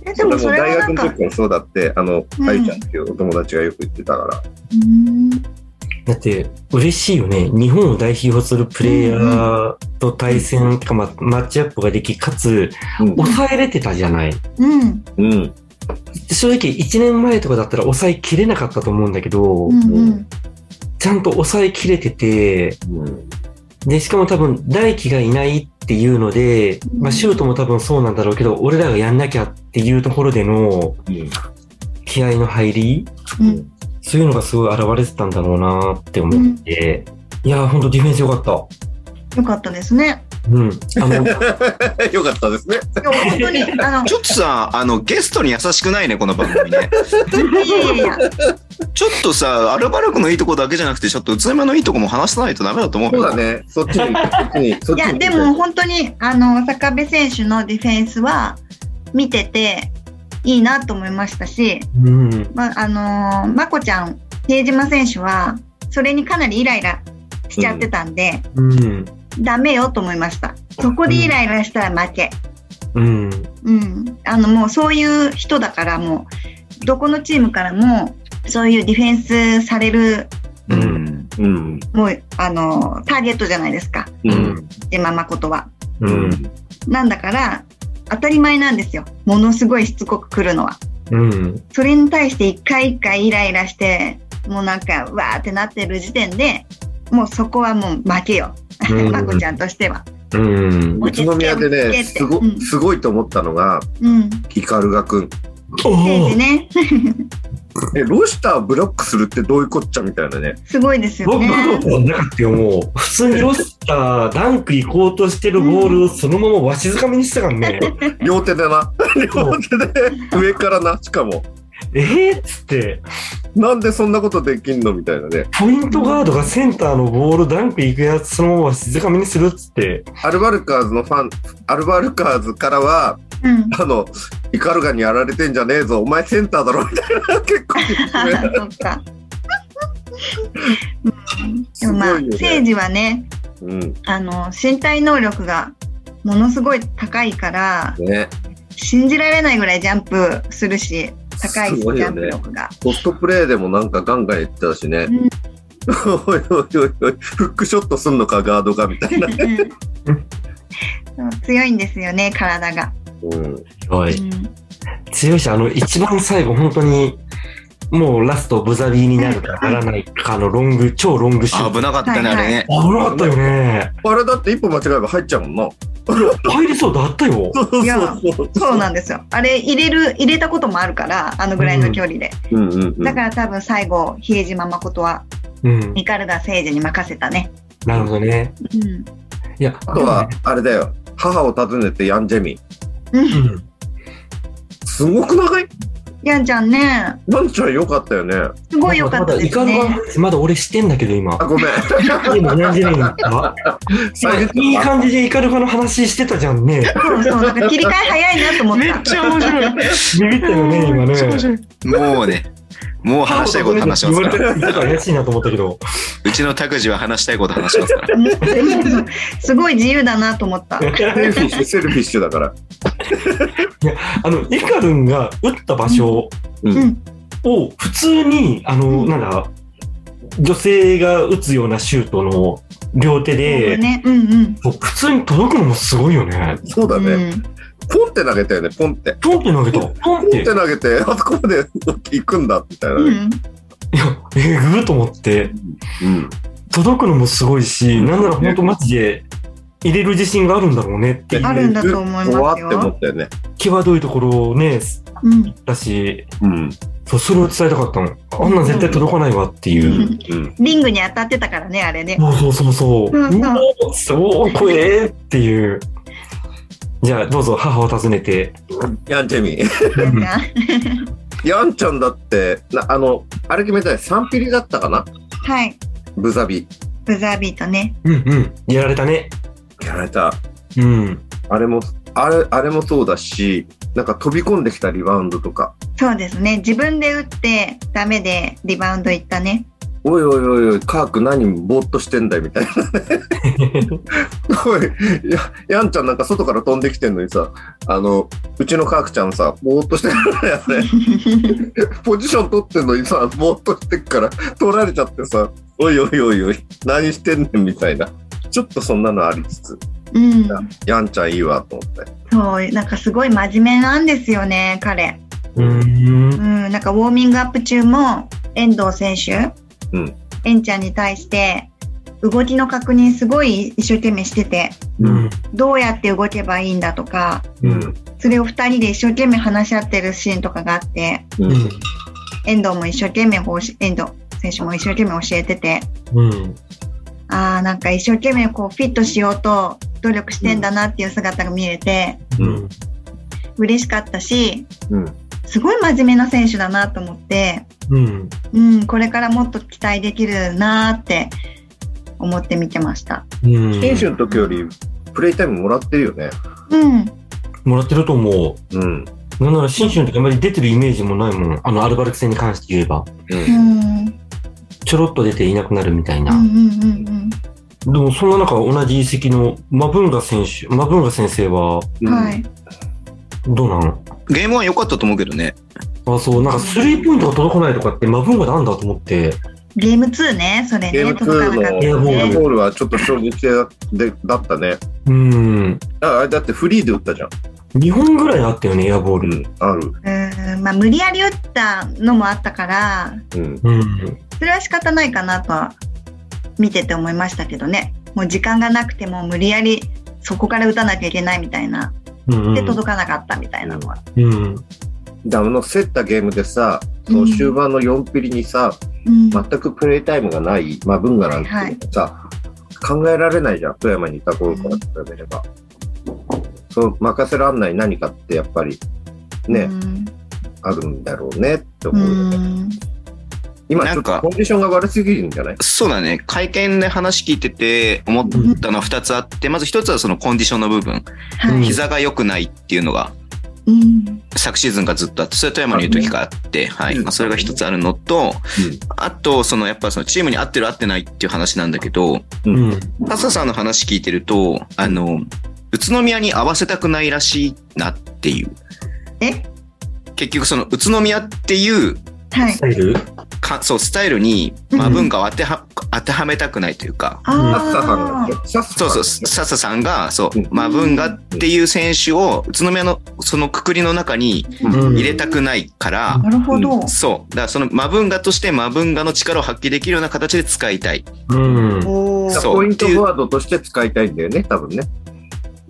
Speaker 4: えでもそれは
Speaker 2: 大
Speaker 4: な
Speaker 2: 学
Speaker 4: ん
Speaker 2: の
Speaker 4: か
Speaker 2: 時、からそうだって、あの、
Speaker 4: うん
Speaker 2: あゆちゃんっていうお友達がよく言ってたから。
Speaker 4: うん、
Speaker 1: だって、嬉しいよね。日本を代表するプレイヤーと対戦とか、まマッチアップができ、かつ、
Speaker 2: う
Speaker 1: 抑えれてたじゃない。
Speaker 4: うん、
Speaker 2: ん。うん。
Speaker 1: 正直、1年前とかだったら抑えきれなかったと思うんだけど、
Speaker 4: うん、うん、
Speaker 1: ちゃんと抑えきれてて、
Speaker 2: うん。
Speaker 1: で、しかも多分、大輝がいないっていうので、まあ、シュートも多分そうなんだろうけど、俺らがやんなきゃっていうところでの
Speaker 2: うん
Speaker 1: 気合の入り、
Speaker 4: うん、
Speaker 1: そういうのがすごい現れてたんだろうなって思って、いやー、ほんとディフェンス良かった。
Speaker 4: よかったですね。
Speaker 1: うん。あの、
Speaker 2: よかったですね。
Speaker 4: いや本当に、あ の、
Speaker 3: ちょっとさ、あの、ゲストに優しくないね、この番組ね。
Speaker 4: いやいやいや、
Speaker 3: ちょっとさ、アルバルクのいいとこだけじゃなくて、ちょっと宇都宮のいいとこも話さないとダメだと思う
Speaker 2: そ
Speaker 3: よ
Speaker 2: うだ。ね。そっちに、そっちに、そっ
Speaker 4: い
Speaker 2: ち
Speaker 4: や
Speaker 2: に。
Speaker 4: でも、本当に、あの、坂部選手のディフェンスは見てていいなと思いましたし、
Speaker 1: うん。
Speaker 4: まあ、あのー、まこちゃん、比江島選手は、それにかなりイライラしちゃってたんで、
Speaker 1: うん。
Speaker 4: ダメよと思いました。そこでイライラしたら負け。
Speaker 1: うん。
Speaker 4: うん、あのもうそういう人だからもうどこのチームからもそういうディフェンスされる
Speaker 1: う。
Speaker 3: うんん。
Speaker 2: うん。
Speaker 4: もうあのターゲットじゃないですか
Speaker 2: うん。
Speaker 4: 島誠は。
Speaker 1: う
Speaker 2: うん
Speaker 1: ん。。
Speaker 4: なんだから当たり前なんですよものすごいしつこく来るのは。
Speaker 1: うん。
Speaker 4: それに対して一回一回イライラしてもうなんかわーってなってる時点でもうそこはもう負けよ、
Speaker 1: うん
Speaker 4: まこちゃんとしては。
Speaker 1: うん。
Speaker 2: 宇都宮で
Speaker 4: 落
Speaker 2: ね、
Speaker 4: ち着け
Speaker 2: すご
Speaker 4: うん
Speaker 2: すごいと思ったのが、
Speaker 4: うん、
Speaker 2: イカルガ君。
Speaker 4: 選手ね
Speaker 2: え、ロシターをブロックするってどういうこっちゃみたいなね。
Speaker 4: すごいですよ
Speaker 1: 僕
Speaker 4: ね。
Speaker 1: はなって思う。普通にロスター、ダンク行こうとしてるボールをそのままわしづかみにしてたからね。
Speaker 2: 両手でな。両手で、上からな。しかも、
Speaker 1: えーっつって、
Speaker 2: なんでそんなことできんのみたいなね。
Speaker 1: ポイントガードがセンターのボール、ダンク行くやつそのままわしづかみにするっつって。
Speaker 2: アルバルカーズのファン、アルバルカーズからは、
Speaker 4: うん
Speaker 2: あの、イカルガにやられてんじゃねえぞ。お前センターだろみたいな。 結構厳し
Speaker 4: あ
Speaker 2: め、
Speaker 4: そっか。うんですも
Speaker 2: ごい
Speaker 4: まあ、
Speaker 2: よね
Speaker 4: 政治はね、
Speaker 2: うん。
Speaker 4: あの身体能力がものすごい高いから、
Speaker 2: ね。
Speaker 4: 信じられないぐらいジャンプするし、高いし
Speaker 2: す
Speaker 4: ジ
Speaker 2: ごい
Speaker 4: ャ
Speaker 2: よ
Speaker 4: ン
Speaker 2: ね
Speaker 4: プ力が。
Speaker 2: ポストプレーでもなんかガンガン言ってたしね。
Speaker 4: うん
Speaker 2: おいおいおいおい、フックショットすんのか、ガードか、みたいな。
Speaker 4: うん強いんですよね、体が。
Speaker 2: うん。
Speaker 1: はい。
Speaker 4: うん
Speaker 1: 強いし、あの、一番最後、本当に、もうラストブザビーになるかならないかのロング、超ロングシュート。
Speaker 3: 危なかったね、
Speaker 4: は
Speaker 3: あ
Speaker 4: いはい
Speaker 3: れ ね。
Speaker 1: 危なかったよね。
Speaker 2: あれだって一歩間違えば入っちゃうもん
Speaker 1: 入りそうだったよ。
Speaker 2: な。
Speaker 4: いや
Speaker 2: そう。
Speaker 4: そうなんですよ。あれ入れる入れたこともあるから、あのぐらいの距離で。
Speaker 2: うんうんうん。
Speaker 4: だから多分最後比江島誠は
Speaker 1: うん。
Speaker 4: ミカルが政治に任せたね。
Speaker 1: なるほどね。
Speaker 4: うん。
Speaker 1: いや、あ
Speaker 2: あとは、あれだよ。母を訪ねてヤンジェミ。
Speaker 4: うん
Speaker 1: うん。
Speaker 2: すごく長い
Speaker 4: やんちゃんね、
Speaker 2: ヤンちゃんよかったよね。
Speaker 4: すごい良かったで
Speaker 1: イカの
Speaker 4: すね。
Speaker 1: 話まだ俺してんだけど、今
Speaker 2: あ、。ご めん。
Speaker 1: 今何時になった
Speaker 2: 下げてた
Speaker 1: いい感じでイカルファの話してたじゃんね。
Speaker 4: そうそう、なんか切り替え早いなと思った。
Speaker 1: ゃ面白い。ビビったよね、今ね。
Speaker 3: もうね、もう話したいこと話しま すから。
Speaker 1: 言われてなんか怪しいなと思ったけど。
Speaker 3: うちの拓司は話したいこと話しますから。
Speaker 4: うんすごい自由だなと思った。
Speaker 2: セルフィッシュ、セルフィッシュだから。
Speaker 1: あの、イカルンが打った場所
Speaker 2: うん
Speaker 4: うん
Speaker 1: を普通に、あの、なんだ、女性が打つようなシュートの両手で、
Speaker 4: ね、うんうん。
Speaker 1: もう普通に届くのもすごいよね。
Speaker 2: そうだね。
Speaker 4: うん
Speaker 2: ポンって投げたよね、ポンって。
Speaker 1: ポンって投げた。ポンっ
Speaker 2: ポンって
Speaker 1: て。
Speaker 2: 投げて、あそこまで行くんだ、みたいな
Speaker 4: う
Speaker 2: ね。
Speaker 4: ん
Speaker 1: いや、えぐーと思って。
Speaker 2: うん。
Speaker 1: 届くのもすごいし、
Speaker 2: うん
Speaker 1: なんなら本当マジで入れる自信があるんだろうねってい
Speaker 4: あ
Speaker 1: う
Speaker 4: るんだと思いますよ
Speaker 2: 怖って思ったよね。
Speaker 1: 際どいところをね
Speaker 4: うん
Speaker 1: だし
Speaker 2: うん。
Speaker 1: そうそれを伝えたかったのあんなん絶対届かないわっていうう、
Speaker 2: ん。うん。
Speaker 4: リングに当たってたからね、あれね。
Speaker 1: そうそうそうそう、
Speaker 4: うんうん
Speaker 1: うおーそう怖えーっていうじゃあどうぞ母を訪ねて
Speaker 2: ヤンチェミ。
Speaker 4: なんか
Speaker 2: ヤンちゃんだって、なあの、あれ決めたい。3ピリだったかな
Speaker 4: はい。
Speaker 2: ブザビ。
Speaker 4: ブザービートね。
Speaker 1: うんうんやられたね
Speaker 2: やられた。
Speaker 1: うん
Speaker 2: あれも、あれ、あれもそうだし、なんか飛び込んできたリバウンドとか。
Speaker 4: そうですね。自分で打ってダメでリバウンドいったね。
Speaker 2: おいおいおいおい、カーク何ぼーっとしてんだいみたいな。おい、や、やんちゃんなんか外から飛んできてんのにさ、あの、うちのカークちゃんさ、ぼーっとしてるからやね。ポジション取ってんのにさ、ぼーっとしてっから、取られちゃってさ、おいおいおいおい、何してんねんみたいな。ちょっとそんなのありつつ、
Speaker 4: うん。
Speaker 2: やんちゃんいいわと思って。
Speaker 4: そう、なんかすごい真面目なんですよね、彼。
Speaker 1: うー
Speaker 4: うんん、なんかウォーミングアップ中も遠藤選手、
Speaker 2: うん、
Speaker 4: エンちゃんに対して動きの確認すごい一生懸命してて、
Speaker 1: うん
Speaker 4: どうやって動けばいいんだとか、
Speaker 1: うん
Speaker 4: それを2人で一生懸命話し合ってるシーンとかがあって、
Speaker 2: う。
Speaker 1: うんん
Speaker 4: 遠藤も一生懸命こうし、遠藤選手も一生懸命教えてて、
Speaker 1: うん
Speaker 4: ああ、なんか一生懸命こうフィットしようと努力してんだなっていう姿が見れて、
Speaker 1: うん
Speaker 4: 嬉しかったし、
Speaker 2: うん。
Speaker 4: すごい真面目な選手だなと思って、
Speaker 1: うん
Speaker 4: うん、これからもっと期待できるなーって思って見てました。
Speaker 1: うん
Speaker 2: 選手の時より、プレイタイムもらってるよね。
Speaker 4: うん、
Speaker 1: もらってると思
Speaker 2: うん。
Speaker 1: うなんなら新州の時あんまり出てるイメージもないもんあのアルバルク戦に関して言えば
Speaker 2: う。
Speaker 4: うんん、
Speaker 1: ちょろっと出ていなくなるみたい
Speaker 4: うん、う
Speaker 1: な、
Speaker 4: ん、うん、
Speaker 1: でもそんな中同じ移籍のマブンガ選手マブンガ先生は
Speaker 4: うん、はい。
Speaker 1: どうなん
Speaker 3: ゲームは良かったと思うけどね。
Speaker 1: あそうなんかスリーポイントが届かないとかってマブンガなんだと思って
Speaker 4: ゲーム2ね、それ
Speaker 2: ゲー
Speaker 4: ね、
Speaker 2: ム2
Speaker 4: 届かなかった
Speaker 1: の
Speaker 2: エア
Speaker 4: ね。
Speaker 2: ボールはちょっと衝撃的だだったね。
Speaker 1: うん
Speaker 2: ああれだってフリーで打ったじゃん。
Speaker 1: 2本ぐらいあったよねエアボール
Speaker 2: ん。ある。
Speaker 4: うん、まあ無理やり打ったのもあったから、
Speaker 2: うん。
Speaker 1: うん
Speaker 4: それは仕方ないかなとは見てて思いましたけどね。もう時間がなくても無理やりそこから打たなきゃいけないみたいな。
Speaker 1: うん
Speaker 4: で、届かなかったみたいなのは。
Speaker 1: うん
Speaker 2: だからあの競ったゲームでさ、そ
Speaker 4: うん
Speaker 2: の終盤の4ピリにさ、
Speaker 4: うん、
Speaker 2: 全くプレイタイムがない、まあ、文化なんて
Speaker 4: はいはい
Speaker 2: さ、考えられないじゃん、富山にいた頃から比べれば。その任せらんない何かってやっぱりね、
Speaker 4: うん
Speaker 2: あるんだろうねって
Speaker 4: う
Speaker 2: 思うよね。
Speaker 4: ん、
Speaker 2: 今
Speaker 3: な
Speaker 2: ちょ
Speaker 3: ん
Speaker 2: っと
Speaker 3: か
Speaker 2: コンディションが悪すぎるんじゃない
Speaker 3: そうだね。会見で話聞いてて思ったのは2つあって、まず1つはそのコンディションの部分。
Speaker 4: はい。
Speaker 3: 膝が良くないっていうのが
Speaker 4: うん、
Speaker 3: 昨シーズンがずっとあって、それは富山にいる時からあって、はい。まあ、それが一つあるのと、あと、その、やっぱそのチームに合ってる合ってないっていう話なんだけど、
Speaker 1: うん
Speaker 3: タサさんの話聞いてると、あの、宇都宮に合わせたくないらしいなっていう。
Speaker 4: え
Speaker 3: 結局その宇都宮っていう
Speaker 4: はい
Speaker 1: ス。タイル
Speaker 3: かそうスタイルに、まあ、文化を当ては、当てはめたくないというか、
Speaker 2: サッサさんが、
Speaker 4: あ
Speaker 2: サッサさ
Speaker 3: そ
Speaker 2: ん
Speaker 3: う
Speaker 2: が
Speaker 3: そう、笹さんが、そう
Speaker 2: うん、
Speaker 3: まあ、文がっていう選手を、宇都宮のそのくくりの中に
Speaker 1: うん
Speaker 3: 入れたくないから
Speaker 4: あ、、なるほど。
Speaker 3: そう、だからそのマブンガとしてマブンガの力を発揮できるような形で使いたい。
Speaker 1: うん
Speaker 4: おー
Speaker 3: そう
Speaker 2: ポイントフォワードとして使いたいんだよね、多分ね。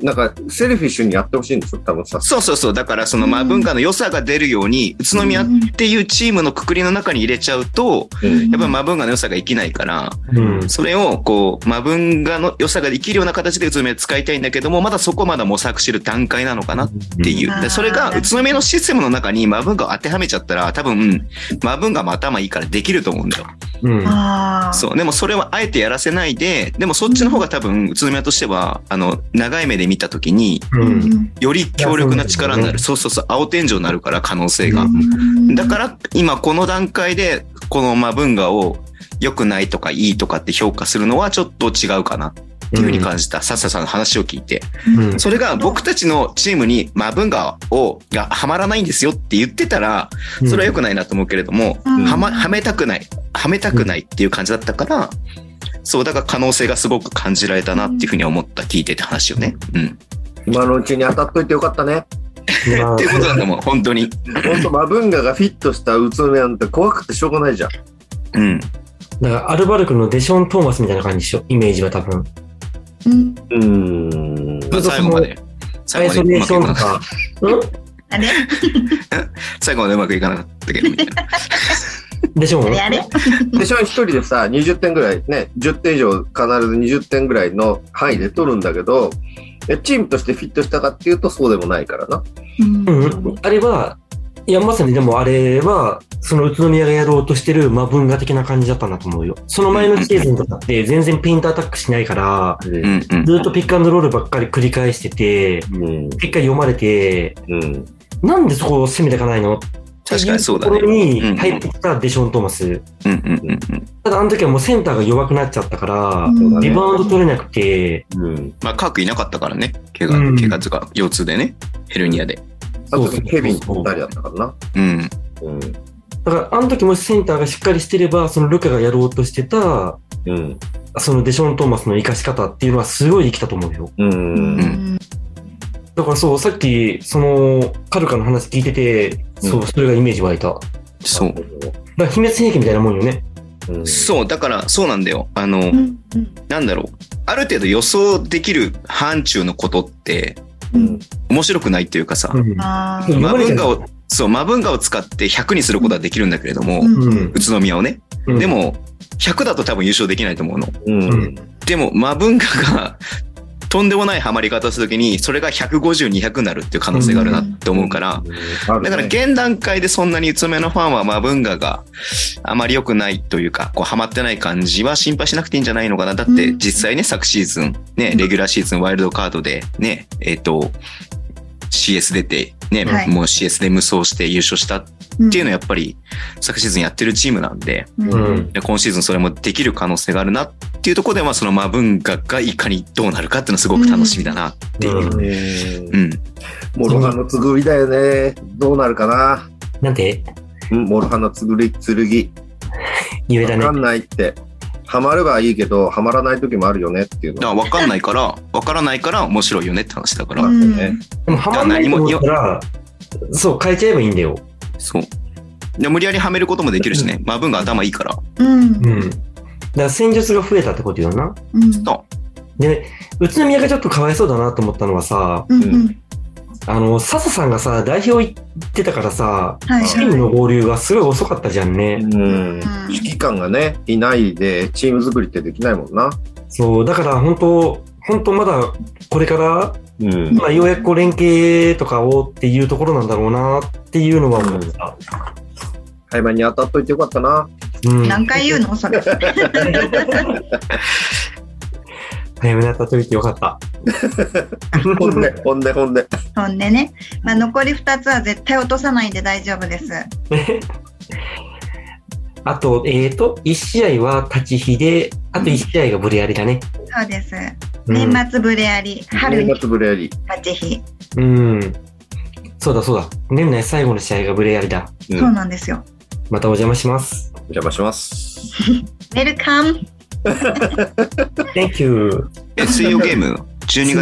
Speaker 2: なんか、セルフィッシュにやってほしいんですよ、多分さ。
Speaker 3: そうそうそう、だからその
Speaker 4: うん
Speaker 3: マブンガの良さが出るように、宇都宮っ
Speaker 4: うん
Speaker 3: ていうチームのくくりの中に入れちゃうと、
Speaker 2: うん
Speaker 3: やっぱりマブンガの良さが生きないから、
Speaker 1: うん
Speaker 3: それをこう、マブンガの良さが生きるような形で宇都宮使いたいんだけども、まだそこまだ模索してる段階なのかなっていう。
Speaker 4: うん
Speaker 3: でそれ
Speaker 4: あ
Speaker 3: が
Speaker 4: ー
Speaker 3: 宇都宮のシステムの中にマブンガを当てはめちゃったら、多分、マブンガも頭いいからできると思うんだよ。
Speaker 1: うん
Speaker 4: ああ。
Speaker 3: そう。でもそれはあえてやらせないで、でもそっちの方が多分宇都宮としては、あの、長い目で見たときに、
Speaker 1: う。
Speaker 4: うんん
Speaker 3: より強力な力にな
Speaker 1: うん
Speaker 3: る。そうそうそう、青天井になるから、可能性が
Speaker 1: う。
Speaker 4: うん
Speaker 3: だから、今この段階で、このまあ文化を良くないとかいいとかって評価するのはちょっと違うかなっていうふうに感じた。サッサさんの話を聞いて。
Speaker 1: うん
Speaker 3: それが僕たちのチームに、まあ文化を、がはまらないんですよって言ってたら、それは良くないなと思うけれども、
Speaker 4: うん
Speaker 3: はま、はめたくない、はめたくないっていう感じだったから、そう、だから可能性がすごく感じられたなっていうふうに思った、聞いてて話をね。うん。
Speaker 2: 今のうちに当たっといてよかったね。
Speaker 1: まあ
Speaker 3: っていうことだと思う、本当に。
Speaker 2: ほんと、マブンガがフィットした宇都宮なんて怖くてしょうがないじゃん。
Speaker 3: うん。
Speaker 1: だから、アルバルクのデション・トーマスみたいな感じでしょ、イメージは多分。
Speaker 4: うん
Speaker 2: うーん。
Speaker 3: まあ最後まで。
Speaker 1: ア
Speaker 3: 最
Speaker 1: イ
Speaker 3: 後
Speaker 1: ソ
Speaker 3: まで
Speaker 1: レー
Speaker 3: うま
Speaker 1: シ
Speaker 3: く
Speaker 1: ョ
Speaker 3: い
Speaker 1: ンと
Speaker 3: かなかっ
Speaker 1: か
Speaker 3: た。。
Speaker 4: あれ
Speaker 3: 最後までうまくいかなかったけど、みたいな。
Speaker 1: でしょ
Speaker 4: あれあれ
Speaker 2: で、ショーン一人でさ、20点ぐらい、ね、10点以上必ず20点ぐらいの範囲で取るんだけど、えチームとしてフィットしたかっていうとそうでもないからな。
Speaker 4: うん
Speaker 1: うん。あれは、いや、まさにでもあれは、その宇都宮がやろうとしてる、まあ文化的な感じだったんだと思うよ。その前のシーズンとかって全然ペイントアタックしないから、
Speaker 3: う
Speaker 2: うん
Speaker 3: うん。
Speaker 1: ずっとピックアンドロールばっかり繰り返してて、
Speaker 2: ん。
Speaker 1: 結果読まれて、
Speaker 2: うん。
Speaker 1: なんでそこを攻めていかないの
Speaker 3: 確かにそうだね。
Speaker 1: っていうところ
Speaker 3: うんう
Speaker 1: に
Speaker 3: ん
Speaker 1: 入ってきたデション・トーマス。
Speaker 3: うんうんうんうん。
Speaker 1: ただあの時はもうセンターが弱くなっちゃったから、
Speaker 2: そうだね
Speaker 1: リバウンド取れなくて、
Speaker 2: うん。
Speaker 3: まあ、カークいなかったからね。怪
Speaker 1: う
Speaker 3: 我、
Speaker 1: ん
Speaker 3: 怪我とか、腰痛でね。ヘルニアで。
Speaker 2: あ
Speaker 1: そう
Speaker 2: と
Speaker 1: そう
Speaker 2: ケビンと二人だったからな。
Speaker 3: うん。
Speaker 2: うん。
Speaker 1: だからあの時もしセンターがしっかりしてれば、そのルカがやろうとしてた、
Speaker 2: うん。
Speaker 1: そのデション・トーマスの活かし方っていうのはすごい生きたと思うよ。
Speaker 2: う。
Speaker 4: うんん
Speaker 1: だからそう、さっき、その、カルカの話聞いてて、そうう、それがイメージ湧いた。だか
Speaker 3: そう。
Speaker 1: ら、秘密兵器みたいなもんよね。
Speaker 2: うん。
Speaker 3: そう、だから、そうなんだよ。あの、
Speaker 4: うん
Speaker 3: なんだろう。ある程度予想できる範疇のことって、
Speaker 4: う
Speaker 2: うん
Speaker 4: ん
Speaker 3: 面白くないっていうかさ、
Speaker 1: うん。
Speaker 4: あ
Speaker 1: う
Speaker 4: ー
Speaker 1: ん
Speaker 3: マ文化を、そう、マ文化を使って100にすることはできるんだけれども、
Speaker 4: うん
Speaker 1: うん
Speaker 3: 宇都宮をね。
Speaker 1: うん。
Speaker 3: で、も、100だと多分優勝できないと思うの。
Speaker 2: うん。う
Speaker 1: うんん。
Speaker 3: でも、マ文化が、とんでもないハマり方するときに、それが150、200になるっていう可能性があるなって思うから、
Speaker 2: あるね
Speaker 3: だから現段階でそんなに宇都宮のファンはマブンガがあまり良くないというか、こうハマってない感じは心配しなくていいんじゃないのかな。だって
Speaker 4: うん
Speaker 3: 実際ね、昨シーズン、ね
Speaker 4: う、ん
Speaker 3: レギュラーシーズンワイルドカードで、ね、えっ、と、CS 出て、ね、
Speaker 4: はい
Speaker 3: もう CS で無双して優勝したって
Speaker 4: うん
Speaker 3: いうのはやっぱり昨シーズンやってるチームなんで、
Speaker 1: う
Speaker 4: うん
Speaker 1: ん。
Speaker 3: で今シーズンそれもできる可能性があるなっていうところで、まあそのマブンガがいかにどうなるかっていうのはすごく楽しみだなっていう。
Speaker 1: うん
Speaker 2: うん
Speaker 3: うん。
Speaker 2: モロハのつぐりだよね。どうなるかな。
Speaker 1: なんて、
Speaker 2: うんモロハのつぐり、剣。
Speaker 1: 言えだ
Speaker 2: わ
Speaker 1: ね
Speaker 2: か。んないって。ハマればいいけど、ハマらない時もあるよねっていう
Speaker 3: だか
Speaker 2: の。
Speaker 3: ら分かんないから、分からないから面白いよねって話だから。
Speaker 4: うん
Speaker 2: ね
Speaker 1: でも、ハマんないと思ったら、そう、変えちゃえばいいんだよ。
Speaker 3: そう。で無理やりはめることもできるしね。まあ、文が頭いいから。
Speaker 4: うん
Speaker 1: うん。だから、戦術が増えたってことよな。
Speaker 4: うん
Speaker 3: と、
Speaker 1: で、宇都宮がちょっとかわいそうだなと思ったのはさ、
Speaker 4: うんうん
Speaker 1: あの、笹さんがさ、代表行ってたからさ、
Speaker 4: はい
Speaker 1: チームの合流がすごい遅かったじゃんね。
Speaker 2: うん。指揮官がね、いないで、チーム作りってできないもんな。
Speaker 1: そう、だから本当、本当まだこれから、
Speaker 2: うん。
Speaker 1: まあ、ようやくこう連携とかをっていうところなんだろうなっていうのは思った。
Speaker 2: 早めに当たっといてよかったな。
Speaker 1: うん、
Speaker 4: 何回言うのそれ。
Speaker 1: 早めに当たっといてよかった。
Speaker 2: ほんで、ほんで、ほんで。
Speaker 4: ほんでね、まあ、残り2つは絶対落とさないんで大丈夫です。
Speaker 1: あと、えーと、1試合は立ち火で、あと1試合がブレアリだね。
Speaker 4: そうです。
Speaker 1: うん
Speaker 4: 年末ブレアリ、春に
Speaker 2: 年末ぶれやり。
Speaker 4: 立ち日。
Speaker 1: うん。そうだそうだ。年内最後の試合がブレアリだ。
Speaker 2: うん。
Speaker 4: そう
Speaker 2: お
Speaker 4: なんですよ。
Speaker 1: またお邪魔します。
Speaker 2: 邪魔します。
Speaker 4: ウェルカム
Speaker 1: Thank you.
Speaker 3: え、水曜ゲーム、12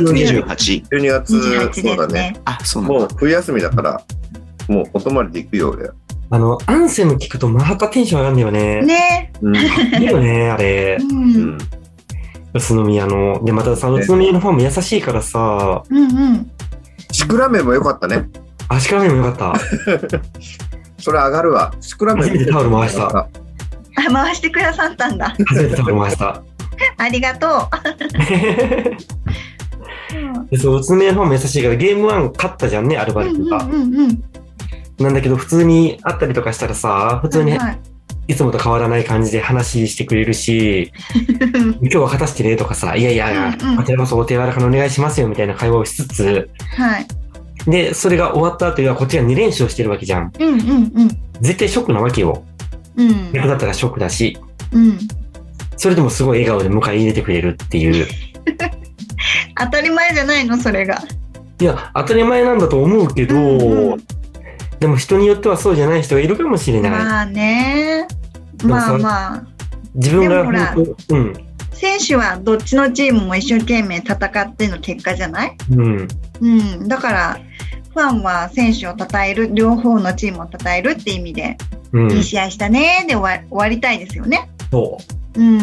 Speaker 3: 月28
Speaker 2: 12月、
Speaker 4: 28です
Speaker 2: そうだね。
Speaker 4: ね。
Speaker 3: あ、そうなん
Speaker 2: も
Speaker 3: だ
Speaker 2: う。冬休みだから、もうお泊まりで行くよ、俺。
Speaker 1: あの、アンセム聞くとまたテンション上がるんだよね。
Speaker 4: ね
Speaker 2: うん。
Speaker 1: いいよね、あれ
Speaker 4: う。
Speaker 2: うんん。
Speaker 1: 宇都宮の。で、またさ、
Speaker 2: ね
Speaker 1: 宇都宮のファンも優しいからさ、
Speaker 4: うんうん。
Speaker 2: シクラメンも良かったね。
Speaker 1: 足からもよかった。
Speaker 2: それ上がるわ。シクラメン。
Speaker 1: 初 めてタオル回した
Speaker 2: あ。
Speaker 4: あ、回してくださったんだ。
Speaker 1: 初めて食べました。
Speaker 4: ありがとう。
Speaker 1: でそう、宇都宮のファンも優しいから、ゲームワン勝ったじゃんね、アル
Speaker 4: う
Speaker 1: バ
Speaker 4: ん
Speaker 1: ルク
Speaker 4: うん
Speaker 1: が。
Speaker 4: うんうん。
Speaker 1: なんだけど、普通に会ったりとかしたらさ、普通に
Speaker 4: はいはい
Speaker 1: いつもと変わらない感じで話してくれるし、今日は果たしてねとかさ、いやいやいや
Speaker 4: うんうん、
Speaker 1: こちらこそお手柔らかにお願いしますよみたいな会話をしつつ、
Speaker 4: はい。
Speaker 1: で、それが終わった後にはこっちが2連勝してるわけじゃん。
Speaker 4: うんうん
Speaker 1: 絶対ショックなわけよ。
Speaker 4: うん。うん。
Speaker 1: 逆だったらショックだし、
Speaker 4: うん。
Speaker 1: それでもすごい笑顔で迎え入れてくれるっていう。
Speaker 4: 当たり前じゃないの、それが。
Speaker 1: いや、当たり前なんだと思うけど、
Speaker 4: うんうん
Speaker 1: でも人によってはそうじゃない人がいるかもしれない。
Speaker 4: まあね。
Speaker 1: も
Speaker 4: ま
Speaker 1: そ
Speaker 4: あ
Speaker 1: れ
Speaker 4: まあ。
Speaker 1: 自分
Speaker 4: で
Speaker 1: が
Speaker 4: もほら
Speaker 1: 本当、うん、
Speaker 4: 選手はどっちのチームも一生懸命戦っての結果じゃない
Speaker 1: うん、
Speaker 4: うん。だから、ファンは選手を称える、両方のチームを称えるって意味で、
Speaker 1: うん、
Speaker 4: いい試合したねーで終わ終わりたいですよね。
Speaker 1: そ
Speaker 4: うん。
Speaker 1: う。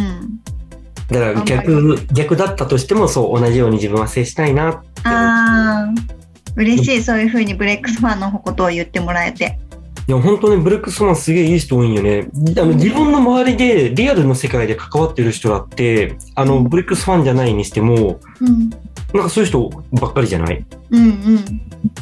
Speaker 1: だから逆、逆だったとしても、そう、同じように自分は接したいな。
Speaker 4: ああ、嬉しい、そういうふうにブレックスファンのことを言ってもらえて。
Speaker 1: いや、本当ね、ブレックスマンすげえいい人多いんよね。あの、自分の周りで、リアルの世界で関わってる人だって、あの、ブレックスファンじゃないにしても、
Speaker 4: うん。
Speaker 1: なんかそういう人ばっかりじゃない
Speaker 4: うんうん。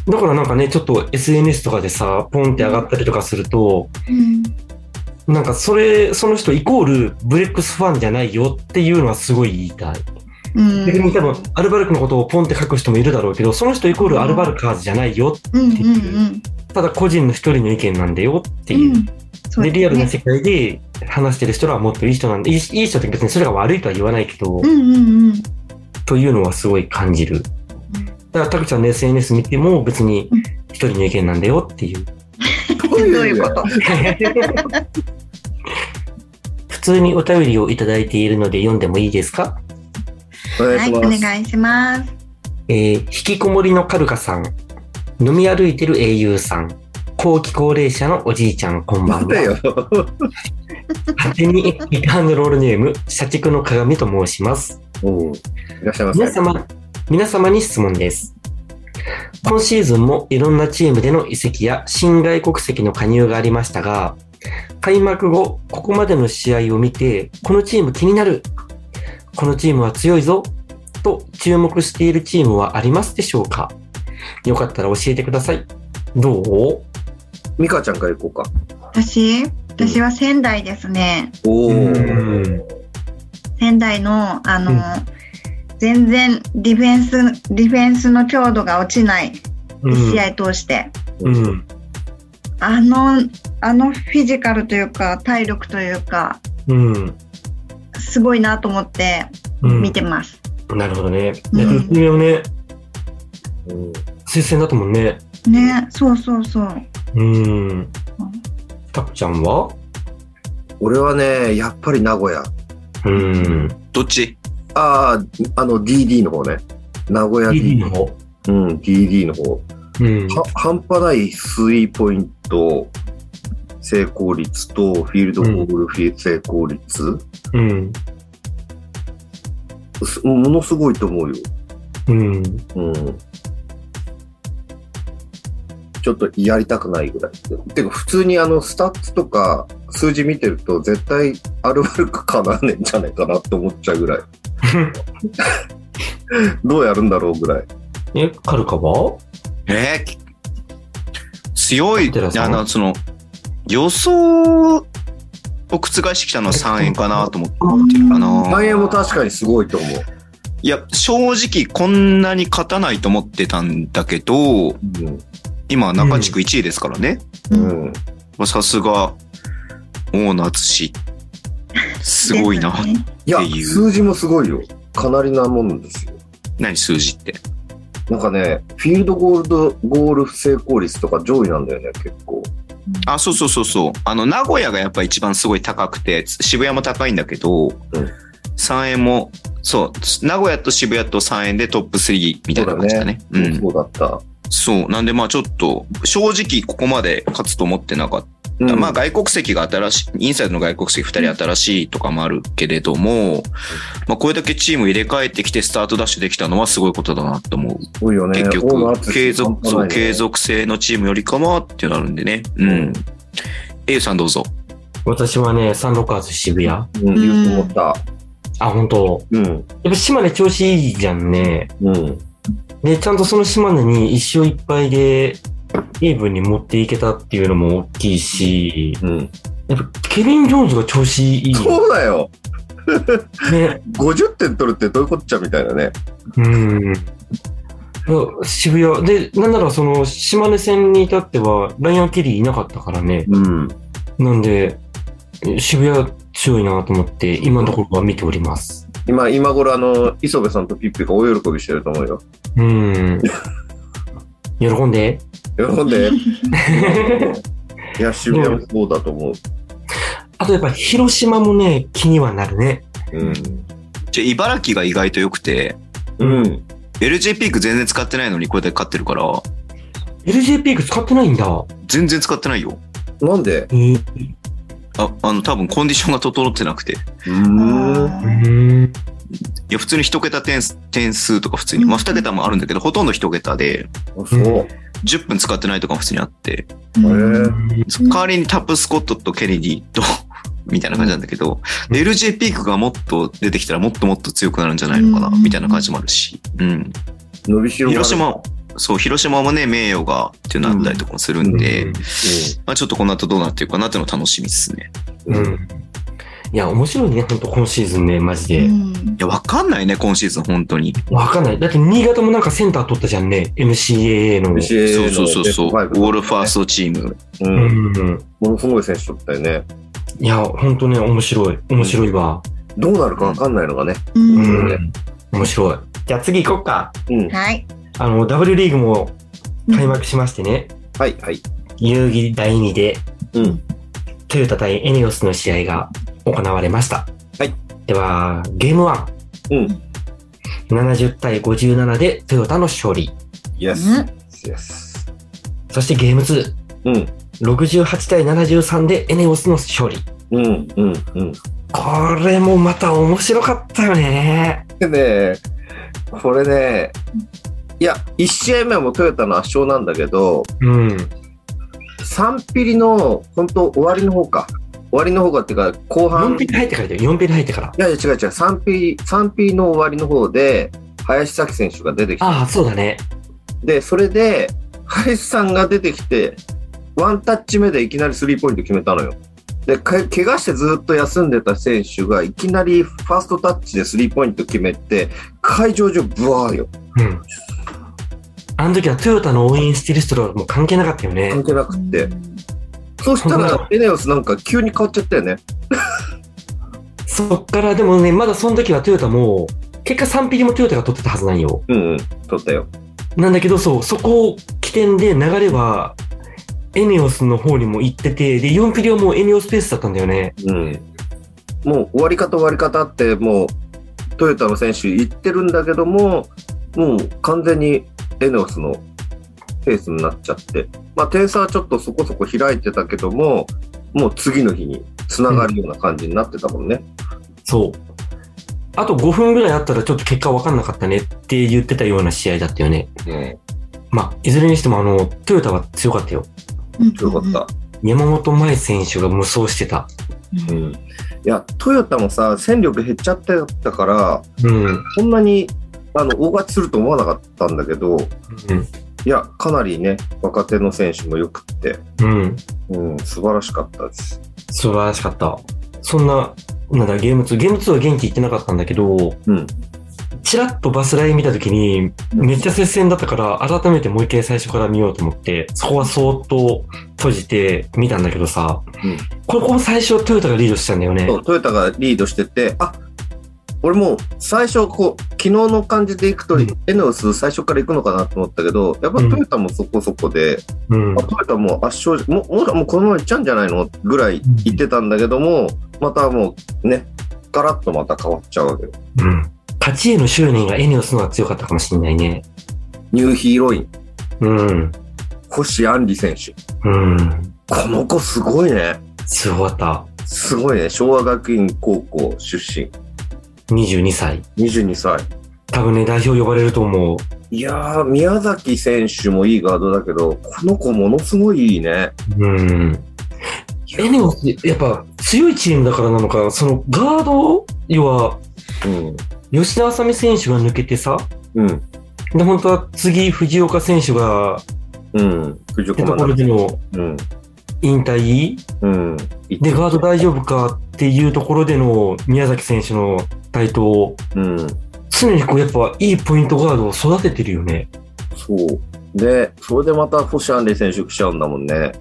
Speaker 1: だからなんかね、ちょっと SNS とかでさ、ポンって上がったりとかすると、
Speaker 4: うん、
Speaker 1: なんかそれ、その人イコールブレックスファンじゃないよっていうのはすごい言いたい。
Speaker 4: うん、
Speaker 1: 逆に多分、アルバルクのことをポンって書く人もいるだろうけど、その人イコールアルバルカーズじゃないよ。
Speaker 4: うんうんうん。
Speaker 1: ただ個人の一人の意見なんだよっていう。
Speaker 4: うんそう
Speaker 1: で、
Speaker 4: ですね
Speaker 1: リアルな世界で話してる人らはもっといい人なんで、いいいい人って別にそれが悪いとは言わないけど、
Speaker 4: うんうんうん。
Speaker 1: というのはすごい感じる。だから、タクちゃんの SNS 見ても別に
Speaker 4: うん
Speaker 1: 一人の意見なんだよっていう。
Speaker 2: ど
Speaker 4: どういうこと
Speaker 1: 普通にお便りをいただいているので読んでもいいですか
Speaker 2: お願い
Speaker 4: はい、
Speaker 2: し
Speaker 4: お
Speaker 2: ます。
Speaker 4: 願いします。
Speaker 1: えー引きこもりのカルカさん、飲み歩いてる英雄さん、後期高齢者のおじいちゃん、こんば
Speaker 2: なん
Speaker 1: ん
Speaker 2: だ
Speaker 1: は。
Speaker 2: よ。
Speaker 1: 勝手にリハンドロールネーム、社畜の鏡と申します。
Speaker 2: うんいらっしゃいませ。
Speaker 1: 皆様、皆様に質問です。今シーズンもいろんなチームでの移籍や新外国籍の加入がありましたが、開幕後、ここまでの試合を見て、このチーム気になる、このチームは強いぞ、と注目しているチームはありますでしょうかよかったら教えてください。どう
Speaker 2: ミカちゃんから行こうか。
Speaker 4: 私、私は仙台ですね。
Speaker 2: お
Speaker 1: う
Speaker 2: ー。
Speaker 1: ん
Speaker 4: 仙台の、あの、全然ディフェンス、ディフェンスの強度が落ちない試合通して、
Speaker 1: うん。
Speaker 4: あの、あのフィジカルというか、体力というか、
Speaker 1: うん。
Speaker 4: すごいなと思って
Speaker 1: うん。
Speaker 4: 見てます。
Speaker 1: なるほどね。
Speaker 4: うん
Speaker 1: いや宇都宮もね、
Speaker 2: うん
Speaker 1: 推薦だったもんね。
Speaker 4: ね、そうそうそう。
Speaker 1: うん。たくちゃんは
Speaker 2: 俺はね、やっぱり名古屋。
Speaker 1: うん。
Speaker 3: どっち
Speaker 2: ああ、あの DD の方ね。名古屋
Speaker 1: DD
Speaker 2: DD
Speaker 1: の方。
Speaker 2: うん、DD の方。
Speaker 1: うん。
Speaker 2: は半端ないスリーポイント成功率と、フィールドゴールフィー成功率、
Speaker 1: うん。
Speaker 2: すものすごいと思うよ。
Speaker 1: うん。
Speaker 2: うん。ちょっとやりたくないぐらい。てか、普通にあの、スタッツとか数字見てると、絶対アルバルクかなわねえんじゃないかなって思っちゃうぐらい。どうやるんだろうぐらい。
Speaker 1: え、カルカは
Speaker 3: えー強い。
Speaker 1: 寺さん
Speaker 3: あの、その、予想を覆してきたのは3円かなと思ってるかな。
Speaker 2: 万円も確かにすごいと思う。
Speaker 3: いや、正直こんなに勝たないと思ってたんだけど、今中地区1位ですからね。
Speaker 2: う。
Speaker 4: うん
Speaker 2: うん。
Speaker 3: まあさすが、大夏氏。すごいな。
Speaker 4: ですね
Speaker 2: いや
Speaker 3: ってい、う
Speaker 2: 数字もすごいよ。かなりなもんですよ。
Speaker 3: 何数字って。
Speaker 2: なんかね、フィールドゴールド、ゴール成功率とか上位なんだよね、結構。
Speaker 3: あ、そうそうそうそう。あの、名古屋がやっぱ一番すごい高くて、渋谷も高いんだけど、三円も、そう、名古屋と渋谷と3円でトップ3みたいな感じだね。う
Speaker 2: そうだった。
Speaker 3: ん。そう。なんでまあちょっと、正直ここまで勝つと思ってなかっ
Speaker 2: う
Speaker 3: た。
Speaker 2: ん
Speaker 3: まあ外国籍が新しい、インサイドの外国籍2人新しいとかもあるけれども、まあこれだけチーム入れ替えてきてスタートダッシュできたのはすごいことだなと思う。
Speaker 2: 多いよね。
Speaker 3: 結
Speaker 2: 大
Speaker 3: 局、
Speaker 2: 野篤
Speaker 3: 継続、
Speaker 2: 半
Speaker 3: そう、
Speaker 2: 端ないね
Speaker 3: 継。続性のチームよりかはってなるんでね。うん。A さんどうぞ。
Speaker 1: 私はね、サンロッカーズ渋谷。あ、
Speaker 2: うん、言うと思った。
Speaker 1: 本当。
Speaker 2: うん。
Speaker 1: やっぱ島根調子いいじゃんね。
Speaker 2: うん。
Speaker 1: で、ちゃんとその島根に一生いっぱいで、イーブンに持っていけたっていうのも大きいし、
Speaker 2: うん。
Speaker 1: やっぱケビン・ジョーンズが調子いい。
Speaker 2: そうだよ。
Speaker 1: ね。
Speaker 2: 50点取るってどういうこっちゃみたいなね。
Speaker 1: うん。いや渋谷。で、なんならその、島根戦に至っては、ライアン・ケリーいなかったからね。
Speaker 2: うん。
Speaker 1: なんで、渋谷強いなと思って、今のところは見ております。
Speaker 2: 今、今頃あの、磯部さんとピッピが大喜びしてると思うよ。
Speaker 1: うん。喜んで。
Speaker 2: 喜ん で。いや、渋谷もそうだと思う。
Speaker 1: あとやっぱ広島もね、気にはなるね。
Speaker 2: うん。
Speaker 3: じゃあ茨城が意外と良くて、
Speaker 2: うん。
Speaker 3: LJ ピーク全然使ってないのにこれだけ買ってるから、
Speaker 1: LJ ピーク使ってないんだ。
Speaker 3: 全然使ってないよ。
Speaker 2: なんで
Speaker 1: えー、
Speaker 3: あ、あの、多分コンディションが整ってなくて。い
Speaker 2: うん。
Speaker 1: うん。
Speaker 3: や、普通に一桁点数点数とか普通に、まあ二桁もあるんだけど、ほとんど一桁で、
Speaker 2: そう。
Speaker 3: 10分使ってないとかも普通にあって、
Speaker 2: うん
Speaker 3: そ代わりにタップスコットとケネディと、 みたいな感じなんだけど、で LJ ピークがもっと出てきたらもっともっと強くなるんじゃないのかな、
Speaker 4: うん
Speaker 3: みたいな感じもあるし。うん。
Speaker 2: 伸びしろがある
Speaker 3: 広島、そう、広島もね、名誉がってなったりとかもするんで、まあちょっとこの後どうなっていくかなっていうの楽しみですね。
Speaker 1: うん。うん。いや、面白いね、ほんと、今シーズンね、マジで。
Speaker 3: いや、わかんないね、今シーズン、本当に。
Speaker 1: わかんない。だって、新潟もなんかセンター取ったじゃんね、NCAA の。
Speaker 2: NCAA の
Speaker 3: そうそうそうそう。ウ
Speaker 2: ベ
Speaker 3: ォ
Speaker 2: スト5
Speaker 3: ールファーストチーム。
Speaker 2: う。
Speaker 1: うんん。うん
Speaker 2: ものすごい選手だったよね。
Speaker 1: いや、ほんとね、面白い。面白いわ。
Speaker 2: どうなるかわかんないのがね。
Speaker 1: う
Speaker 2: うん
Speaker 1: ん。面白い。じゃあ次行こっか。
Speaker 2: うん。
Speaker 4: はい。
Speaker 1: あの、W リーグも開幕しましてね、
Speaker 2: はい、はい。
Speaker 1: 遊戯第2で
Speaker 2: うん。
Speaker 1: トヨタ対エネオスの試合が行われました。
Speaker 2: はい。
Speaker 1: では、ゲーム1。
Speaker 2: うん。
Speaker 1: 70対57でトヨタの勝利。
Speaker 2: イエ
Speaker 4: う
Speaker 2: ス
Speaker 4: ん。
Speaker 2: イエス。
Speaker 1: そしてゲーム2。
Speaker 2: うん。
Speaker 1: 68対73でエネオスの勝利。
Speaker 2: うん。うん。うん。
Speaker 1: これもまた面白かったよね。
Speaker 2: でね、これね、いや、1試合目はもうトヨタの圧勝なんだけど、
Speaker 1: うん。
Speaker 2: 3ピリの、本当終わりの方か。終わりの方かっていうか、後半、
Speaker 1: 4
Speaker 2: い
Speaker 1: ピリ入ってからだよ。4ピリ入ってから。
Speaker 2: やいや違う違う、3ピリ、3ピリの終わりの方で、林崎選手が出てきて、
Speaker 1: ああ、そうだね。
Speaker 2: で、それで、林さんが出てきて、ワンタッチ目でいきなりスリーポイント決めたのよ。で、か怪我してずっと休んでた選手が、いきなりファーストタッチでスリーポイント決めて、会場中、ブワーよ。
Speaker 1: うん。あの時はトヨタの応援してる人とはもう関係なかったよね。
Speaker 2: 関係なくって。そうした
Speaker 1: そん
Speaker 2: ら
Speaker 1: な、
Speaker 2: エネオスなんか急に変わっちゃったよね。
Speaker 1: そっから、でもね、まだその時はトヨタも、結果3匹もトヨタが取ってたはずなんよ。
Speaker 2: うんうん、取ったよ。
Speaker 1: なんだけど、そう、そこを起点で流れは、エネオスの方にも行ってて、で、4ピリはもうエネオスペースだったんだよね。
Speaker 2: うん。もう終わり方終わり方って、もうトヨタの選手言ってるんだけども、もう完全にエネオスのペースになっちゃって、まあ点差はちょっとそこそこ開いてたけども、もう次の日に繋がるような感じになってたもんね。
Speaker 1: そう。あと5分ぐらいあったらちょっと結果わかんなかったねって言ってたような試合だったよね。
Speaker 2: うん。
Speaker 1: まあ、いずれにしてもあの、トヨタは強かったよ。
Speaker 2: よかった。
Speaker 1: 山本麻衣選手が無双してた。
Speaker 4: う
Speaker 2: うん。いや、トヨタもさ、戦力減っちゃってたから、
Speaker 1: うん。う
Speaker 2: こんなにあの大勝ちすると思わなかったんだけど、
Speaker 1: ん。
Speaker 2: いや、かなりね、若手の選手もよくって、
Speaker 1: うん。
Speaker 2: うん、素晴らしかったです。
Speaker 1: 素晴らしかった。そんな、なんだ、ゲーム2。ゲーム2は元気いってなかったんだけど、
Speaker 2: うん。
Speaker 1: ちらっとバスライン見たときに、めっちゃ接戦だったから、改めてもう一回最初から見ようと思って、そこはそーっと閉じて見たんだけどさ、
Speaker 2: うん
Speaker 1: これこの最初トヨタがリードしたんだよね
Speaker 2: そ。う、トヨタがリードしてて、あ俺もう最初こう、昨日の感じでいくと、
Speaker 1: うん
Speaker 2: エネオス最初から行くのかなと思ったけど、やっぱトヨタもそこそこで、
Speaker 1: うん
Speaker 2: あ。トヨタもう圧勝、もうもうもうこのまま行っちゃうんじゃないのぐらい言ってたんだけども、またもうね、ガラッとまた変わっちゃうわけよ。
Speaker 1: うん。勝ちへの執念がエネオスの方が強かったかもしれないね。
Speaker 2: ニューヒーロイン、
Speaker 1: うん。
Speaker 2: 星杏里選手。
Speaker 1: うん。
Speaker 2: この子すごいね。
Speaker 1: すごかった。
Speaker 2: すごいね。昭和学院高校出身。
Speaker 1: 22歳。
Speaker 2: 22歳。
Speaker 1: 多分ね、代表呼ばれると思う。
Speaker 2: いやー、宮崎選手もいいガードだけど、この子ものすごいいいね。
Speaker 1: うん。エネオス、やっぱ強いチームだからなのか、そのガード、要は、
Speaker 2: うん。
Speaker 1: 吉田麻美選手が抜けてさ、
Speaker 2: うん。
Speaker 1: で、本当は次、藤岡選手が、
Speaker 2: うん。藤
Speaker 1: って
Speaker 2: 岡
Speaker 1: ところ
Speaker 2: 真
Speaker 1: での、
Speaker 2: う
Speaker 1: い
Speaker 2: ん。
Speaker 1: 引退
Speaker 2: うん。い
Speaker 1: で、ガード大丈夫かっていうところでの宮崎選手の台頭、
Speaker 2: うん。
Speaker 1: 常にこうやっぱいいポイントガードを育ててるよね。
Speaker 2: そう。で、それでまた星アンレイ選手来ちゃうんだもんね。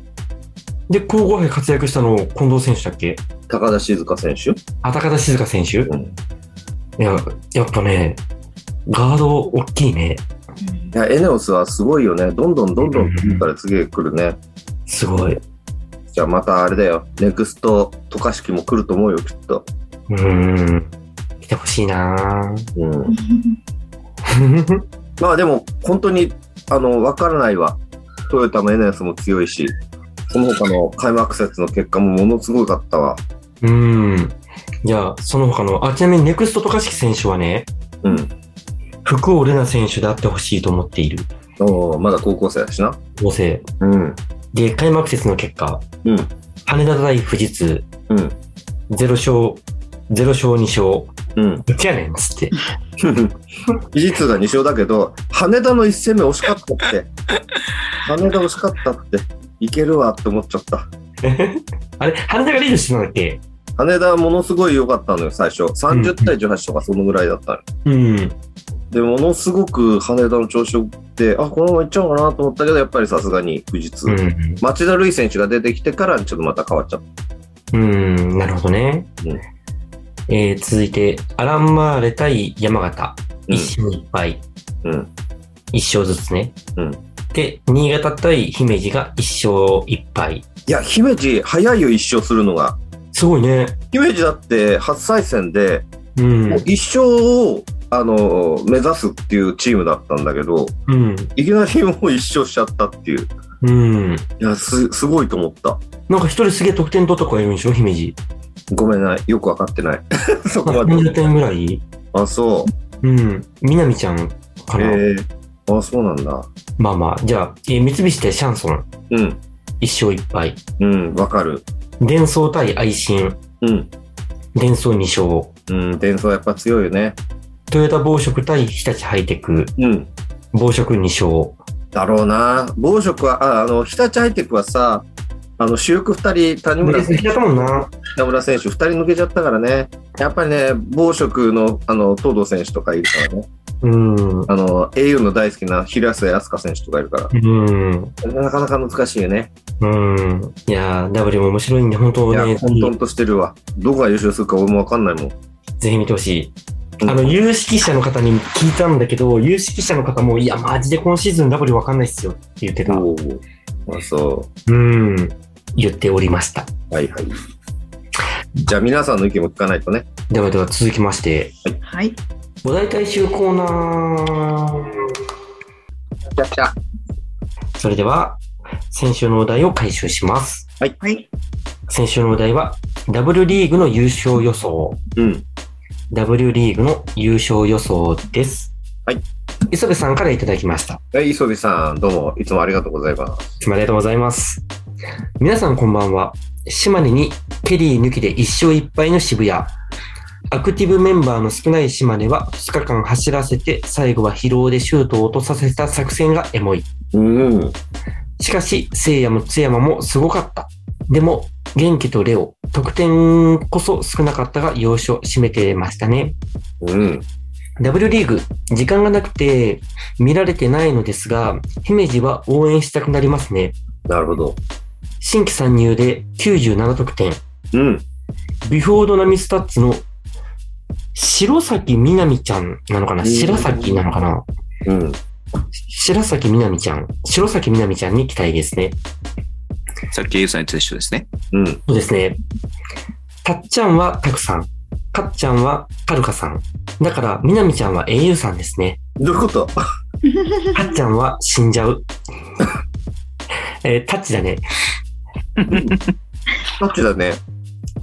Speaker 1: で、皇后杯活躍したの近藤選手だっけ
Speaker 2: 高田静香選手。
Speaker 1: あたかた静香選手、
Speaker 2: うん。
Speaker 1: いや、やっぱね、ガード大きいね。
Speaker 2: いや、エネオスはすごいよね。どんどんどんどん次から次へ来るね。
Speaker 1: すごい。
Speaker 2: じゃあまたあれだよ。ネクスト、渡嘉敷も来ると思うよ、きっと。
Speaker 1: うーん。来てほしいな ぁ
Speaker 2: うん。まあでも、本当に、あの、わからないわ。トヨタもエネオスも強いし、その他の開幕節の結果もものすごかったわ。
Speaker 1: うん。じゃあ、その他の、あ、ちなみにネクスト渡嘉敷選手はね、
Speaker 2: うん。
Speaker 1: 福尾玲奈選手であってほしいと思っている。
Speaker 2: おーまだ高校生だしな。
Speaker 1: 構成。
Speaker 2: うん。
Speaker 1: で、開幕節の結果、
Speaker 2: うん
Speaker 1: 羽田対富士通、
Speaker 2: うん。
Speaker 1: 0勝、0勝2勝、
Speaker 2: うん。
Speaker 1: どっちやねんっつって。
Speaker 2: 技術が2勝だけど、羽田の1戦目惜しかったって。羽田惜しかったって。いけるわって思っちゃった。
Speaker 1: あれ、羽田がリードしてたんだっけ
Speaker 2: 羽田はものすごい良かったのよ、最初。30対18とかそのぐらいだったの。
Speaker 1: うん。
Speaker 2: で、ものすごく羽田の調子よくて、あ、このままいっちゃうのかなと思ったけど、やっぱりさすがに富士通。
Speaker 1: うん。
Speaker 2: 町田瑠唯選手が出てきてから、ちょっとまた変わっちゃった。
Speaker 1: うん、なるほどね。
Speaker 2: うん
Speaker 1: えー続いて、アランマーレ対山形。1勝1敗。
Speaker 2: うん。
Speaker 1: 1勝ずつね。
Speaker 2: うん
Speaker 1: で、新潟対姫路が1勝1敗。
Speaker 2: いや、姫路、早いよ、一勝するのが。
Speaker 1: すごいね。
Speaker 2: 姫路だって、初再戦で、
Speaker 1: うん
Speaker 2: もう。一勝を、あの、目指すっていうチームだったんだけど、
Speaker 1: うん。
Speaker 2: いきなりもう一勝しちゃったっていう。
Speaker 1: うん。
Speaker 2: いや、す、すごいと思った。
Speaker 1: なんか一人すげえ得点取った子がいるんでしょ姫路。
Speaker 2: ごめんな、よくわかってない。 そこま
Speaker 1: 20
Speaker 2: で。
Speaker 1: 点ぐらい
Speaker 2: あ、そう。
Speaker 1: うん。みなみちゃんかな。
Speaker 2: えー、あ、そうなんだ。
Speaker 1: まあまあ。じゃあ、えー三菱対シャンソン。
Speaker 2: うん、
Speaker 1: 1勝1敗。
Speaker 2: うん、わかる。
Speaker 1: 伝送対愛心。
Speaker 2: うん、
Speaker 1: 伝送2勝。
Speaker 2: うん、伝送やっぱ強いよね。
Speaker 1: トヨタ暴食対日立ハイテク。
Speaker 2: うん。
Speaker 1: 暴食2勝。
Speaker 2: だろうな。暴食は、あ、あの、日立ハイテクはさ、あの、主力2人、谷
Speaker 1: 無
Speaker 2: 村
Speaker 1: 理好
Speaker 2: 選手
Speaker 1: き、だったもんな。
Speaker 2: 北村選手、2人抜けちゃったからね。やっぱりね、暴食の、あの、東堂選手とかいるからね。
Speaker 1: うん。う
Speaker 2: あの、au の大好きな平瀬飛鳥選手とかいるか
Speaker 1: ん。
Speaker 2: ら。なかなか難しいよね。
Speaker 1: うん。いやー、W も面白いんで、本当
Speaker 2: いや、
Speaker 1: ね、
Speaker 2: 混沌としてるわ。どこが優勝するか俺もわかんないもん。
Speaker 1: ぜひ見てほしい。
Speaker 2: うん
Speaker 1: あの、有識者の方に聞いたんだけど、有識者の方も、いや、マジで今シーズン W わかんないっすよって言ってた。
Speaker 2: おーあ、そう。
Speaker 1: うん。言っておりました。
Speaker 2: はいはい。じゃあ皆さんの意見も聞かないとね。
Speaker 1: ではでは続きまして、
Speaker 4: はい。
Speaker 1: お題回収コーナー。
Speaker 2: やった。
Speaker 1: それでは、先週のお題を回収します。
Speaker 4: はい。
Speaker 1: 先週のお題は、W リーグの優勝予想、
Speaker 2: うん。
Speaker 1: W リーグの優勝予想です。
Speaker 2: はい。
Speaker 1: 磯部さんからいただきました。
Speaker 2: はい、磯部さん、どうも、いつもありがとうございます。
Speaker 1: いつもありがとうございます。皆さんこんばんは。島根にケリー抜きで1勝1敗の渋谷。アクティブメンバーの少ない島根は2日間走らせて最後は疲労でシュートを落とさせた作戦がエモい。
Speaker 2: うん。
Speaker 1: しかし、聖夜も津山もすごかった。でも、元気とレオ、得点こそ少なかったが要所締めてましたね。
Speaker 2: うん。
Speaker 1: W リーグ、時間がなくて見られてないのですが、姫路は応援したくなりますね。
Speaker 2: なるほど。
Speaker 1: 新規参入で97得点、
Speaker 2: うん。
Speaker 1: ビフォード並みスタッツの白崎みなみちゃんなのかな
Speaker 2: うん
Speaker 1: 白崎なのかな
Speaker 2: うん。
Speaker 1: 白崎みなみちゃん。白崎みなみちゃんに期待ですね。
Speaker 3: さっき A さん言ってた人ですね。
Speaker 2: うん。
Speaker 1: そうですね。たっちゃんはたくさん。かっちゃんははるかさん。だから、みなみちゃんは au さんですね。
Speaker 2: どういうこと
Speaker 1: かっちゃんは死んじゃう。 えータッチだね。
Speaker 2: どっちだね。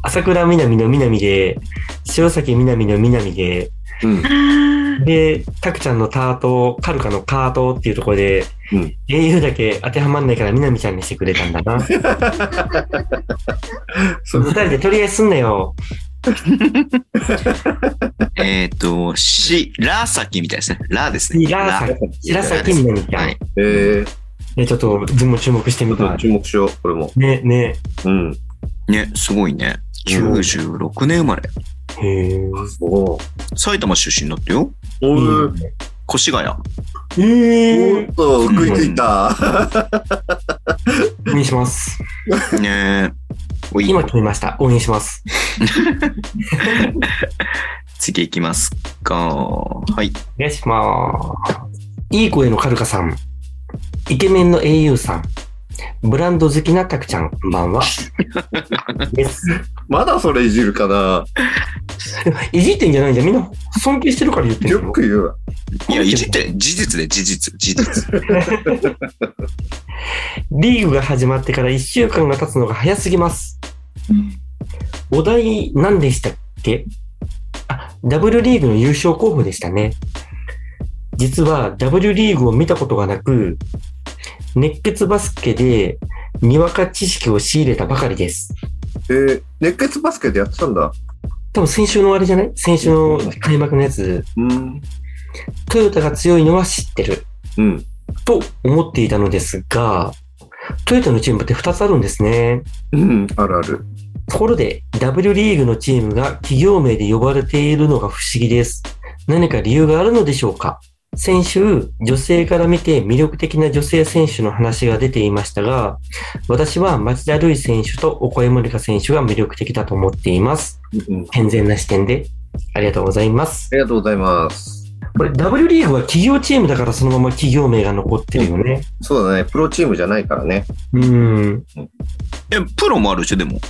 Speaker 1: 朝倉みなみのみなみで、白崎みなみのみなみで、
Speaker 2: うん
Speaker 4: あ。ー
Speaker 1: で、たくちゃんのタート、カルカのカートっていうところで、
Speaker 2: うん
Speaker 1: au だけ当てはまんないからみなみちゃんにしてくれたんだな。
Speaker 2: そう
Speaker 1: 二人でとりあえずすんなよ。
Speaker 3: えっ、と、し、らさきみたいですね。らですね。
Speaker 1: らさき白崎みなみちゃん。
Speaker 3: はい
Speaker 2: えー、
Speaker 1: えちょっと自分も注目してみ
Speaker 2: ちょったと
Speaker 1: い。
Speaker 2: 注目しよう、これも。
Speaker 1: ね、ね。
Speaker 2: うん。
Speaker 3: ね、すごいね。96年生まれ。
Speaker 1: へえ。
Speaker 2: おー
Speaker 3: 埼玉出身だってよ。
Speaker 2: お
Speaker 1: う
Speaker 2: ー
Speaker 1: ん
Speaker 3: 越谷。
Speaker 1: え
Speaker 2: おっと、食いついた。
Speaker 1: ー、応援します。
Speaker 3: ねえ。おい
Speaker 1: 今決めました。応援します。
Speaker 3: 次行きますか。はい。
Speaker 1: お願いします。いい声のカルカさん。イケメンの au さん。ブランド好きなタクちゃん、こんばんは。です。
Speaker 2: まだそれいじるかない
Speaker 1: じってんじゃないんだよ。みんな尊敬してるから言ってる
Speaker 2: よ
Speaker 1: よ。
Speaker 2: く言うわ。
Speaker 3: いや、いじって、事実で、事実、事実。
Speaker 1: リーグが始まってから1週間が経つのが早すぎます。お題何でしたっけあ、W リーグの優勝候補でしたね。実は W リーグを見たことがなく、熱血バスケでにわか知識を仕入れたばかりです。
Speaker 2: えー、熱血バスケでやってたんだ。
Speaker 1: 多分先週のあれじゃない先週の開幕のやつ。
Speaker 2: うん。
Speaker 1: トヨタが強いのは知ってる。
Speaker 2: うん。
Speaker 1: と思っていたのですが、トヨタのチームって2つあるんですね。
Speaker 2: うん、あるある。
Speaker 1: ところで、W リーグのチームが企業名で呼ばれているのが不思議です。何か理由があるのでしょうか先週、女性から見て魅力的な女性選手の話が出ていましたが、私は町田瑠唯選手と岡江森香選手が魅力的だと思っています。
Speaker 2: うんうん。
Speaker 1: 健全な視点で。ありがとうございます
Speaker 2: あ。りがとうございます。
Speaker 1: これ W リーグは企業チームだからそのまま企業名が残ってるよね。
Speaker 2: そうだね。プロチームじゃないからね。
Speaker 1: うん。
Speaker 3: え、プロもあるでしょ、でも。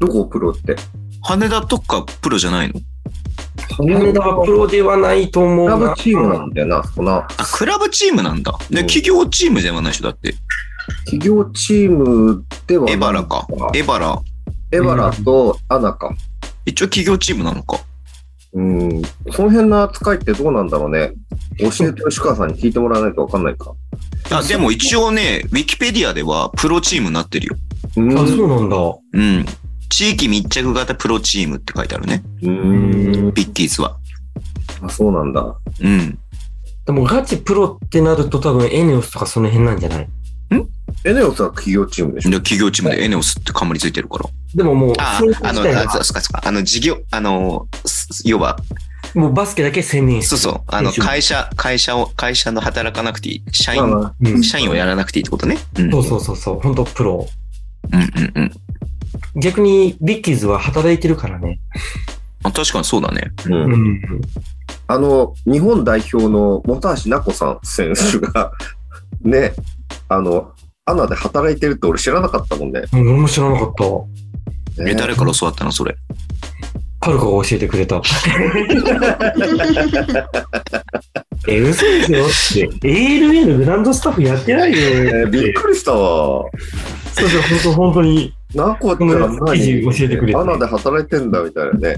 Speaker 2: どこをプロって。
Speaker 3: 羽田とかプロじゃないの
Speaker 1: 羽田はプロではないと思う
Speaker 2: クラ
Speaker 1: が。
Speaker 2: ブチームなんだよな、そこな。
Speaker 3: あ、クラブチームなんだ。で、
Speaker 2: うん
Speaker 3: 企業チームではないでしょ、だって。
Speaker 2: 企業チームでは
Speaker 3: エバラか。エバラ。
Speaker 2: エバラとアナか。
Speaker 3: 一応企業チームなのか。
Speaker 2: うん。その辺の扱いってどうなんだろうね。教えて吉川さんに聞いてもらわないとわかんないか。
Speaker 3: あ、でも一応ね、ウィキペディアではプロチームになってるよ。
Speaker 2: うん
Speaker 1: あ、そうなんだ。
Speaker 3: うん。地域密着型プロチームって書いてあるね。
Speaker 2: うん。
Speaker 3: ビッキーズは。
Speaker 2: あ、そうなんだ。
Speaker 3: うん。
Speaker 1: でもガチプロってなると多分エネオスとかその辺なんじゃない
Speaker 2: エネオスは企業チームで
Speaker 3: で
Speaker 2: しょ。
Speaker 3: 企業チームでエネオスって冠ついてるから。
Speaker 1: でももう、
Speaker 3: あ
Speaker 1: 選手、
Speaker 3: あ
Speaker 1: 自
Speaker 3: の、
Speaker 1: 体
Speaker 3: あ
Speaker 1: が
Speaker 3: そうそうか、あの、事業、あの、す要は、
Speaker 1: もうバスケだけ専念し
Speaker 3: そうそう、あの、
Speaker 1: 選手
Speaker 3: 会社、会社を、会社の働かなくていい、社員、
Speaker 2: まあまあ
Speaker 1: てる。
Speaker 3: 社員をやらなくていいってことね。うん。
Speaker 1: そうそうそうそう、本当プロ。
Speaker 3: うんうんうん。
Speaker 1: 逆にビッキーズは働いてるからね。
Speaker 3: あ確かにそうだね。
Speaker 2: うん
Speaker 1: ん。
Speaker 2: あの、日本代表の本橋奈子さん選手が、 ね、あの、アナで働いてるって俺知らなかったもんね。
Speaker 1: 俺も知らなかった。
Speaker 3: え、
Speaker 2: ね
Speaker 3: 誰から教わったのそれ。
Speaker 1: カルカが教えてくれた。え、嘘ですよって。ALA のグランドスタッフやってない
Speaker 2: え
Speaker 1: よ。
Speaker 2: ーびっくりしたわ。
Speaker 1: そうそう、本当本当に。
Speaker 2: 奈子ちゃん
Speaker 1: この記事教えてくれて
Speaker 2: アナで働いてんだみたいなね。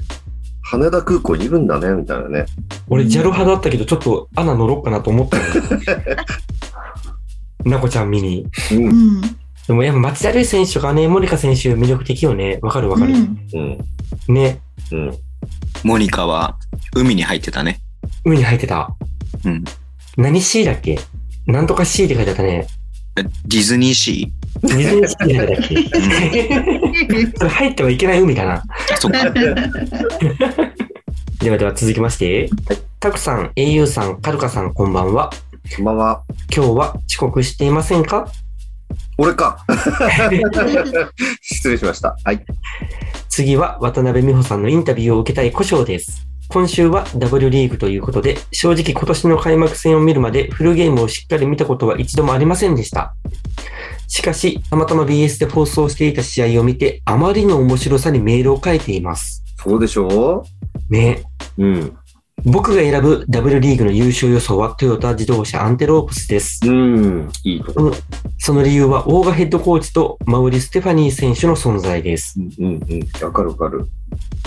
Speaker 2: 羽田空港にいるんだねみたいなね。
Speaker 1: 俺、ジャル派だったけど、ちょっと穴乗ろうかなと思ったのなこちゃん見に。
Speaker 2: うん
Speaker 4: うん
Speaker 1: でもやっぱ町田瑠唯選手とかね、森香選手魅力的よね。わかるわかる。
Speaker 4: うん
Speaker 2: うん。
Speaker 1: ね、
Speaker 2: うん。
Speaker 3: モニカは、海に入ってたね。
Speaker 1: 海に入ってた。
Speaker 3: うん。
Speaker 1: 何 C だっけなんとか C って書いてあったね。
Speaker 3: えディズニーシ
Speaker 1: ディズニーシーだっけ
Speaker 3: ー、うん
Speaker 1: それ入ってはいけない海だな。
Speaker 3: そ っか。
Speaker 1: ではでは続きまして。たくさん、au さん、かるかさん、こんばんは。
Speaker 2: こんばんは。
Speaker 1: 今日は遅刻していませんか
Speaker 2: 俺か。 失礼しました。はい。
Speaker 1: 次は渡辺美穂さんのインタビューを受けたい故障です。今週は W リーグということで、正直今年の開幕戦を見るまでフルゲームをしっかり見たことは一度もありませんでした。しかし、たまたま BS で放送していた試合を見て、あまりの面白さにメールを書いています。
Speaker 2: そうでしょ
Speaker 1: ね。
Speaker 2: ううん。
Speaker 1: 僕が選ぶ W リーグの優勝予想はトヨタ自動車アンテロープスです。
Speaker 2: うん。いいとこ。
Speaker 1: その理由は、オーガヘッドコーチとマウリ・ステファニー選手の存在です。
Speaker 2: うんうんうん。わかるわかる。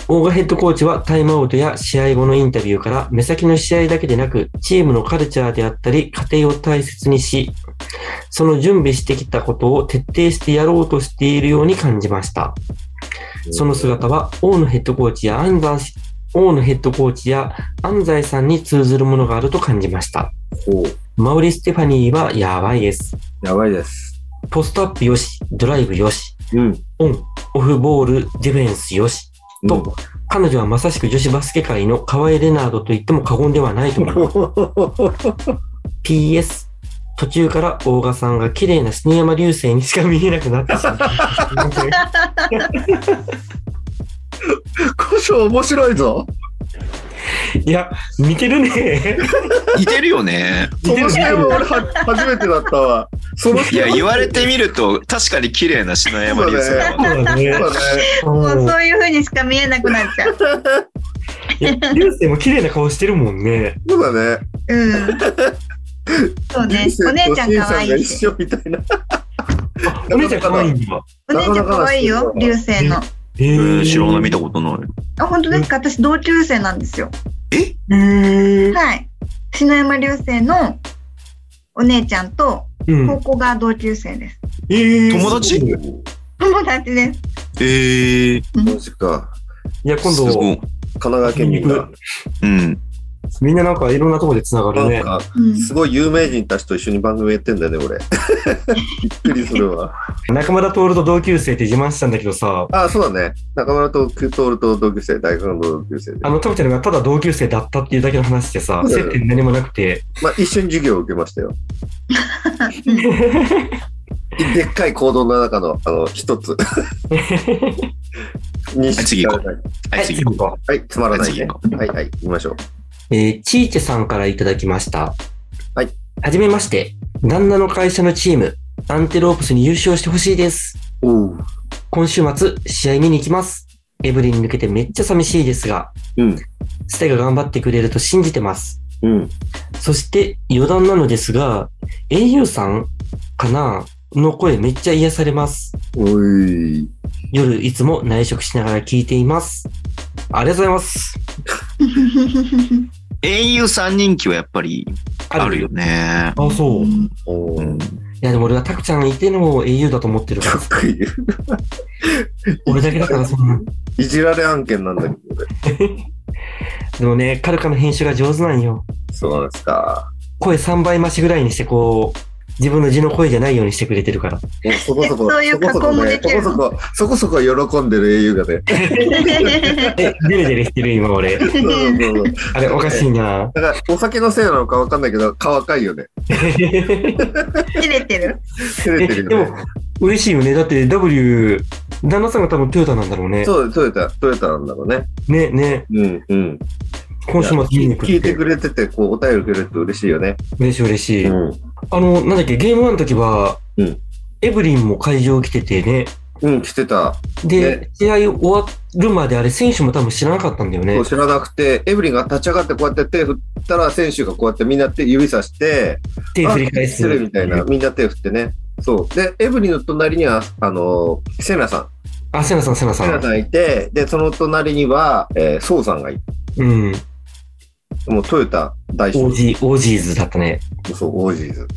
Speaker 1: オーガヘッドコーチはタイムアウトや試合後のインタビューから目先の試合だけでなくチームのカルチャーであったり家庭を大切にしその準備してきたことを徹底してやろうとしているように感じましたその姿は大野ヘッドコーチや安西大野ヘッドコーチや安西さんに通ずるものがあると感じました
Speaker 2: ほう。
Speaker 1: マウリ・ステファニーはやばいです。
Speaker 2: やばいです。
Speaker 1: ポストアップよし、ドライブよし、
Speaker 2: うん。
Speaker 1: オン、オフボール、ディフェンスよし。
Speaker 2: うん
Speaker 1: と、彼女はまさしく女子バスケ界の河合レナードと言っても過言ではないと 思います。PS、途中から大賀さんが綺麗な新山流星にしか見えなくなってしまった。
Speaker 2: 故障面白いぞ。
Speaker 1: いや、似てる ね。
Speaker 3: 似てるよね。
Speaker 1: 似
Speaker 2: そ
Speaker 1: て
Speaker 2: の
Speaker 1: る
Speaker 2: 視点は俺は初めてだったわ。その
Speaker 3: い
Speaker 2: 視
Speaker 3: や、
Speaker 2: 点
Speaker 3: 言われてみると、確かに綺麗な篠山流星だわ。
Speaker 1: そうだね
Speaker 2: は。ね、
Speaker 4: も
Speaker 1: う
Speaker 4: うんそういう風にしか見えなくなっちゃう。
Speaker 1: いや流星も綺麗な顔してるもんね。
Speaker 2: そうだね。
Speaker 4: うん。そうね。お姉ちゃん可愛いし。
Speaker 2: 一緒みたいな。
Speaker 1: あお姉ちゃん可愛いんだ。
Speaker 4: お姉ちゃん可愛いよ、流星の。
Speaker 1: へ
Speaker 3: え
Speaker 1: ー
Speaker 3: ー、白の見たことない。
Speaker 4: あ、本当ですか私同級生なんですよ。
Speaker 1: へー
Speaker 4: はい。篠山流星のお姉ちゃんと
Speaker 1: うん
Speaker 4: 高校が同級生です。
Speaker 1: えー
Speaker 3: 友達
Speaker 1: い
Speaker 4: 友達です。
Speaker 3: えー、
Speaker 2: マジか。
Speaker 1: や、今
Speaker 3: すご
Speaker 1: 度、
Speaker 3: い。
Speaker 2: 神奈川県民が。
Speaker 3: うん。
Speaker 1: みんななんかいろんなとこで繋がる
Speaker 2: なん
Speaker 1: ね。
Speaker 2: か、
Speaker 4: うん。
Speaker 2: すごい有名人たちと一緒に番組やってんだよね、俺。 びっくりするわ。
Speaker 1: 中村徹と同級生って自慢したんだけどさ、
Speaker 2: あ、そうだね。中村とクトールと同級生、大学の同級生で。
Speaker 1: あの、タブちゃんがただ同級生だったっていうだけの話でさ、
Speaker 2: そうだ
Speaker 1: 接
Speaker 2: よ
Speaker 1: 点何もなくて、
Speaker 2: まあ、一緒に授業を受けましたよ。でっかい行動の中の、あの、一つ。に
Speaker 3: はい次行こはい、次行こ
Speaker 1: は
Speaker 2: はい、つまら
Speaker 3: う。はい、
Speaker 2: ない
Speaker 3: 次
Speaker 2: ね。
Speaker 3: 行こ
Speaker 2: はい、はい、行きましょう。
Speaker 1: えー、ちーちさんからいただきました。
Speaker 2: はい。
Speaker 1: はじめまして、旦那の会社のチーム、アンテロープスに優勝してほしいです。
Speaker 2: おう。
Speaker 1: 今週末、試合見に行きます。エブリンに抜けてめっちゃ寂しいですが、
Speaker 2: うん。
Speaker 1: ステが頑張ってくれると信じてます。
Speaker 2: うん。
Speaker 1: そして、余談なのですが、au さんかなの声めっちゃ癒されます。
Speaker 2: おい。
Speaker 1: 夜いつも内職しながら聞いています。ありがとうございます。
Speaker 3: う。英雄三人気はやっぱりあるよ。ね。
Speaker 1: あ、そう。い
Speaker 2: お
Speaker 3: うん。
Speaker 1: や、でも俺はタクちゃんいての au だと思ってる から、
Speaker 2: 得意。
Speaker 1: 俺だけだからそんな。
Speaker 2: いじられ案件なんだけど、俺。
Speaker 1: でもね、カルカの編集が上手なんよ。
Speaker 2: そうなんですか。
Speaker 1: 声3倍増しぐらいにして、こう、自分の字の声じゃないようにしてくれてるから。
Speaker 2: もうそこそこ、
Speaker 4: そういう加工もできる
Speaker 2: そこそこ、そこそこ喜んでる英雄がね。
Speaker 1: え、デレデレしてる今俺。
Speaker 2: そうそうそうそう。
Speaker 1: あれ、おかしいな
Speaker 2: だから、お酒のせいなのかわかんないけど、顔赤いよね。
Speaker 4: 切れてる。
Speaker 2: 照れてる
Speaker 1: え
Speaker 2: よ
Speaker 1: で
Speaker 2: ね。
Speaker 1: 嬉しいよね。だって W、旦那さんが多分トヨタなんだろうね。
Speaker 2: そう、トヨタ、トヨタなんだろうね。
Speaker 1: ね、ね、
Speaker 2: うん、うん。
Speaker 1: 今週末見に行く
Speaker 2: 聞いて
Speaker 1: って。
Speaker 2: くれてて、こう、お便りくれると嬉しいよね。
Speaker 1: 嬉しい嬉しい。
Speaker 2: うん。
Speaker 1: あの、なんだっけ、ゲーム1の時は、
Speaker 2: うん
Speaker 1: エブリンも会場来ててね。
Speaker 2: うん、来てた。
Speaker 1: で、
Speaker 2: ね
Speaker 1: 試合終わるまであれ、選手も多分知らなかったんだよね
Speaker 2: そう。知らなくて、エブリンが立ち上がってこうやって手振ったら、選手がこうやってみんな手指さして、
Speaker 1: 手振り返す。
Speaker 2: あ失礼みたいな、。みんな手振ってね。そう。で、エブリンの隣には、あの、セナさ
Speaker 1: あ、セナさん、セナ
Speaker 2: ん。
Speaker 1: さ
Speaker 2: セナ
Speaker 1: ん。
Speaker 2: さんいて、で、その隣には、えーソウさんがいて、
Speaker 1: うん。
Speaker 2: もうトヨタ大
Speaker 1: オー
Speaker 2: 将、
Speaker 1: ジー、オージーズだったね。
Speaker 2: そう、オージーズ。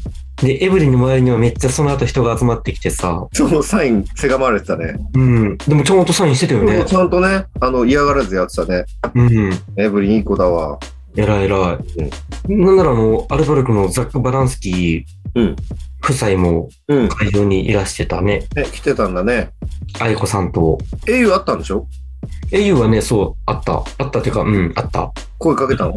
Speaker 1: で、エブリンの周りにはめっちゃその後人が集まってきてさ。
Speaker 2: そのサイン、せがまれてたね。
Speaker 1: うん。でもちゃんとサインしてたよ
Speaker 2: も
Speaker 1: ね
Speaker 2: う。ちゃんとね、あの、嫌がらずやってたね。
Speaker 1: うん。
Speaker 2: エブリンいい子だわ。
Speaker 1: えらいえらい。なんならあの、アルバルクのザック・バランスキー
Speaker 2: うん
Speaker 1: 夫妻も
Speaker 2: うん。
Speaker 1: 会場にいらしてたね。
Speaker 2: ね、来てたんだね。
Speaker 1: 愛子さんと。
Speaker 2: 英雄あったんでしょ
Speaker 1: 英雄はね、そう、あった。あったっていうか、うん、あった。
Speaker 2: 声かけたの、
Speaker 1: ん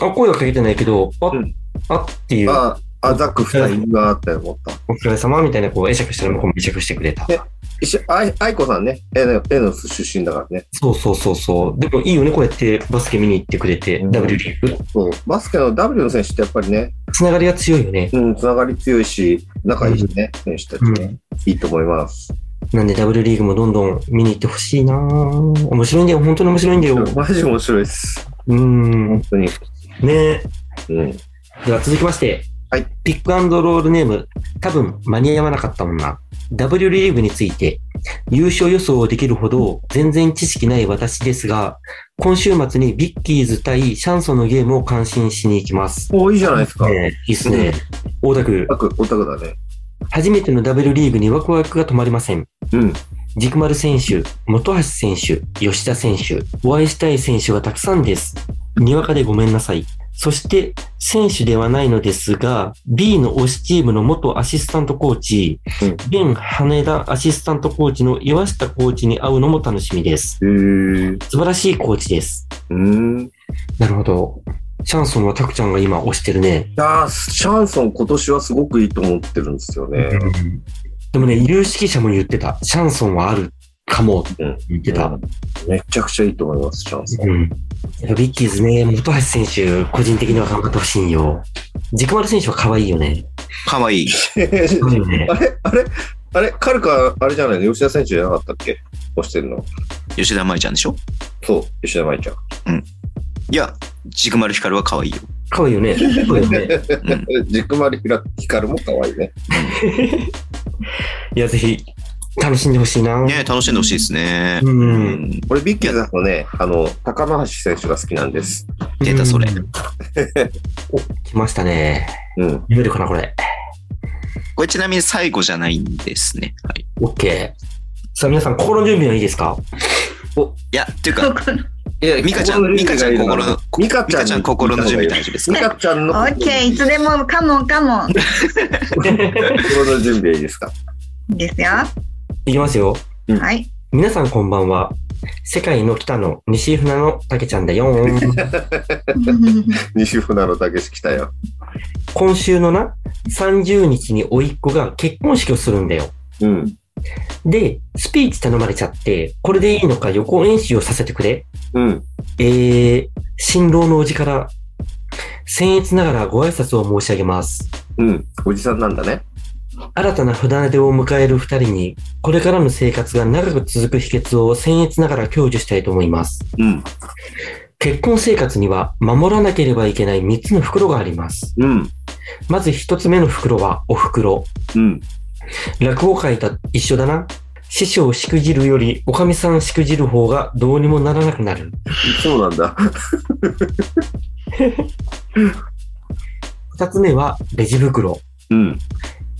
Speaker 1: あ、声はかけてないけど、あ、
Speaker 2: うん
Speaker 1: あっていう、
Speaker 2: あ、あ、ザック二人があって思った。
Speaker 1: お疲れ様みたいな、こう、会釈したら向こうも会釈してくれた。
Speaker 2: え一緒あい、愛子さんね、えの、えの出身だからね。
Speaker 1: そうそうそうそう。でもいいよね、こうやってバスケ見に行ってくれて、
Speaker 2: うん
Speaker 1: W リーグ。
Speaker 2: そう。バスケの W の選手ってやっぱりね、
Speaker 1: つながりが強いよね。
Speaker 2: うん、つながり強いし、仲いいしね、選手たちね、いいと思います。
Speaker 1: なんで W リーグもどんどん見に行ってほしいなぁ面白いんだよ、本当に面白いんだよ。
Speaker 2: マジ面白いです。
Speaker 1: うん。
Speaker 2: 本
Speaker 1: ね
Speaker 2: 当に。
Speaker 1: え。
Speaker 2: うん。
Speaker 1: では続きまして、
Speaker 2: はい
Speaker 1: ピックアンドロールネーム、多分間に合わなかったもんな。W リーグについて、優勝予想できるほど全然知識ない私ですが、今週末にビッキーズ対シャンソンのゲームを感心しに行きます。
Speaker 2: おいいじゃないですか。
Speaker 1: ねいいっすね。大田区
Speaker 2: オ、タク、オタクだね。
Speaker 1: 初めての W リーグにワクワクが止まりません。
Speaker 2: うん。
Speaker 1: 軸丸選手、本橋選手、吉田選手、お会いしたい選手がたくさんです。にわかでごめんなさい。そして、選手ではないのですが、B の推しチームの元アシスタントコーチ、現羽田アシスタントコーチの岩下コーチに会うのも楽しみです。
Speaker 2: へー
Speaker 1: 素晴らしいコーチです。
Speaker 2: うん。
Speaker 1: なるほど。シャンソンはタクちゃんが今推してるね。
Speaker 2: いやーシャンソン今年はすごくいいと思ってるんですよね。
Speaker 1: でもね、有識者も言ってた。シャンソンはあるかもって言ってた。
Speaker 2: めちゃくちゃいいと思います、シャンソン。
Speaker 1: うん。やっぱビッキーズね、本橋選手、個人的には頑張ってほしいんよ。軸丸選手は可愛いよね。
Speaker 3: かわいい。
Speaker 1: 可愛いよね。
Speaker 2: あれあれ あれカルカ、あれじゃないの吉田選手じゃなかったっけ押してるの。
Speaker 3: 吉田舞ちゃんでしょ
Speaker 2: そう、吉田舞ちゃん。
Speaker 3: いや、軸丸光は可愛いよ。
Speaker 1: 可愛いよね。そうよね。
Speaker 3: うん、
Speaker 2: えジクマリ・ヒラヒカルも可愛いね。
Speaker 1: いや、ぜひ、楽しんでほしいな。
Speaker 3: ね楽しんでほしいですね。
Speaker 1: うん
Speaker 3: うん。
Speaker 2: 俺、ビッキーさんのね、あの、高野橋選手が好きなんです。
Speaker 3: 出たそれ
Speaker 1: うんお、来ましたね。
Speaker 2: うん。
Speaker 1: 読めるかな、これ。
Speaker 3: これちなみに最後じゃないんですね。はい。
Speaker 1: OK。さあ、皆さん、心の準備はいいですか
Speaker 3: いや、っていう
Speaker 4: そ
Speaker 3: か、
Speaker 4: この
Speaker 2: いや
Speaker 3: ミカちゃん、ミカちゃん心の、
Speaker 2: ミカ
Speaker 3: ミ
Speaker 2: ちゃん
Speaker 3: カ
Speaker 2: に
Speaker 3: ちゃん心の準備大丈夫です
Speaker 2: ミ
Speaker 3: か
Speaker 2: カちゃん
Speaker 4: オ
Speaker 2: の
Speaker 4: ッケーいつでもカモンカモン
Speaker 2: 心の準備はいいですか
Speaker 4: ですよ。
Speaker 1: いきますよ。
Speaker 4: はい。
Speaker 1: 皆さん、こんばんは。世界の北の西船のたけちゃんだよーん。
Speaker 2: 西船のたけし来たよ。
Speaker 1: 今週のな、30日に甥っ子が結婚式をするんだよ。
Speaker 2: うん。
Speaker 1: で、スピーチ頼まれちゃって、これでいいのか予行演習をさせてくれ。
Speaker 2: うん。
Speaker 1: えー、新郎のおじから、僭越ながらご挨拶を申し上げます。
Speaker 2: うん。おじさんなんだね。
Speaker 1: 新たな船出を迎える二人に、これからの生活が長く続く秘訣を僭越ながら享受したいと思います。
Speaker 2: うん。
Speaker 1: 結婚生活には守らなければいけない三つの袋があります。
Speaker 2: うん。
Speaker 1: まず一つ目の袋はお袋。
Speaker 2: うん。
Speaker 1: 落語界と一緒だな。師匠をしくじるより、おかみさんしくじる方がどうにもならなくなる。
Speaker 2: そうなんだ。
Speaker 1: 二つ目は、レジ袋。
Speaker 2: うん。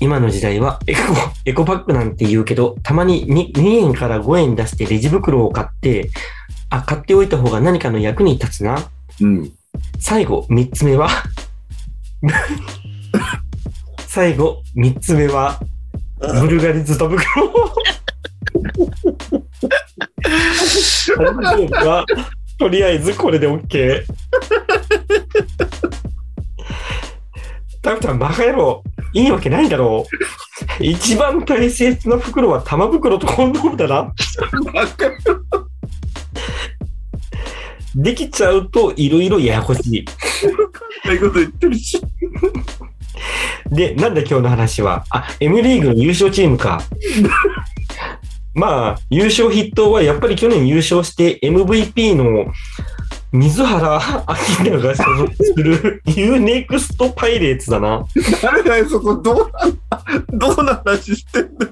Speaker 1: 今の時代はエコ、エコバッグなんて言うけど、たまに 2, 2円から5円出してレジ袋を買って、あ、買っておいた方が何かの役に立つな。
Speaker 2: うん。
Speaker 1: 最後、三つ目は、最後、三つ目は、ブルガリズタ袋。あれはとりあえずこれで OK。タクちゃん、バカ野郎、いいわけないだろう。一番大切な袋は玉袋とコンドームだな。できちゃうといろいろややこしい。
Speaker 2: そういうこと言ってるし。
Speaker 1: で、なんだ今日の話は。あ、M リーグの優勝チーム か。まあ、優勝筆頭はやっぱり去年優勝して MVP の水原明菜が所属する UNEXT パイレーツだな。
Speaker 2: 誰だよ、そこ。どうなんだどうな話してんだ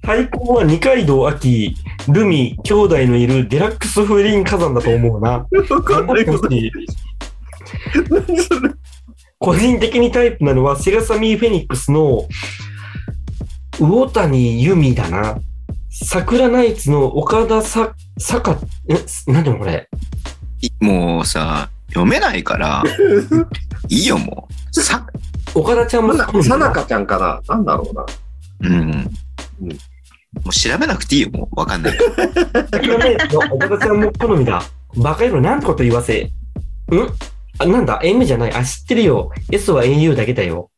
Speaker 1: 対抗は二階堂秋、ルミ、兄弟のいるデラックス風林火山だと思うな。
Speaker 2: わかんない こと。何それ。
Speaker 1: 個人的にタイプなのはセガサミーフェニックスの魚谷由美だな。桜ナイツの岡田さ、さか、え、なんでもこれ。
Speaker 3: いもうさ、読めないから、いいよもう。さ、
Speaker 1: 岡田ちゃんも好き
Speaker 2: さ
Speaker 1: なん
Speaker 2: な
Speaker 1: だ
Speaker 2: かちゃんかななんだろうな。
Speaker 3: うん。もう調べなくていいよ、もう。わかんないから。
Speaker 1: 桜ナイツの岡田ちゃんも好みだ。バカ野郎、なんてこと言わせ。んあ、なんだ ?M じゃない。あ、知ってるよ。S は au だけだよ。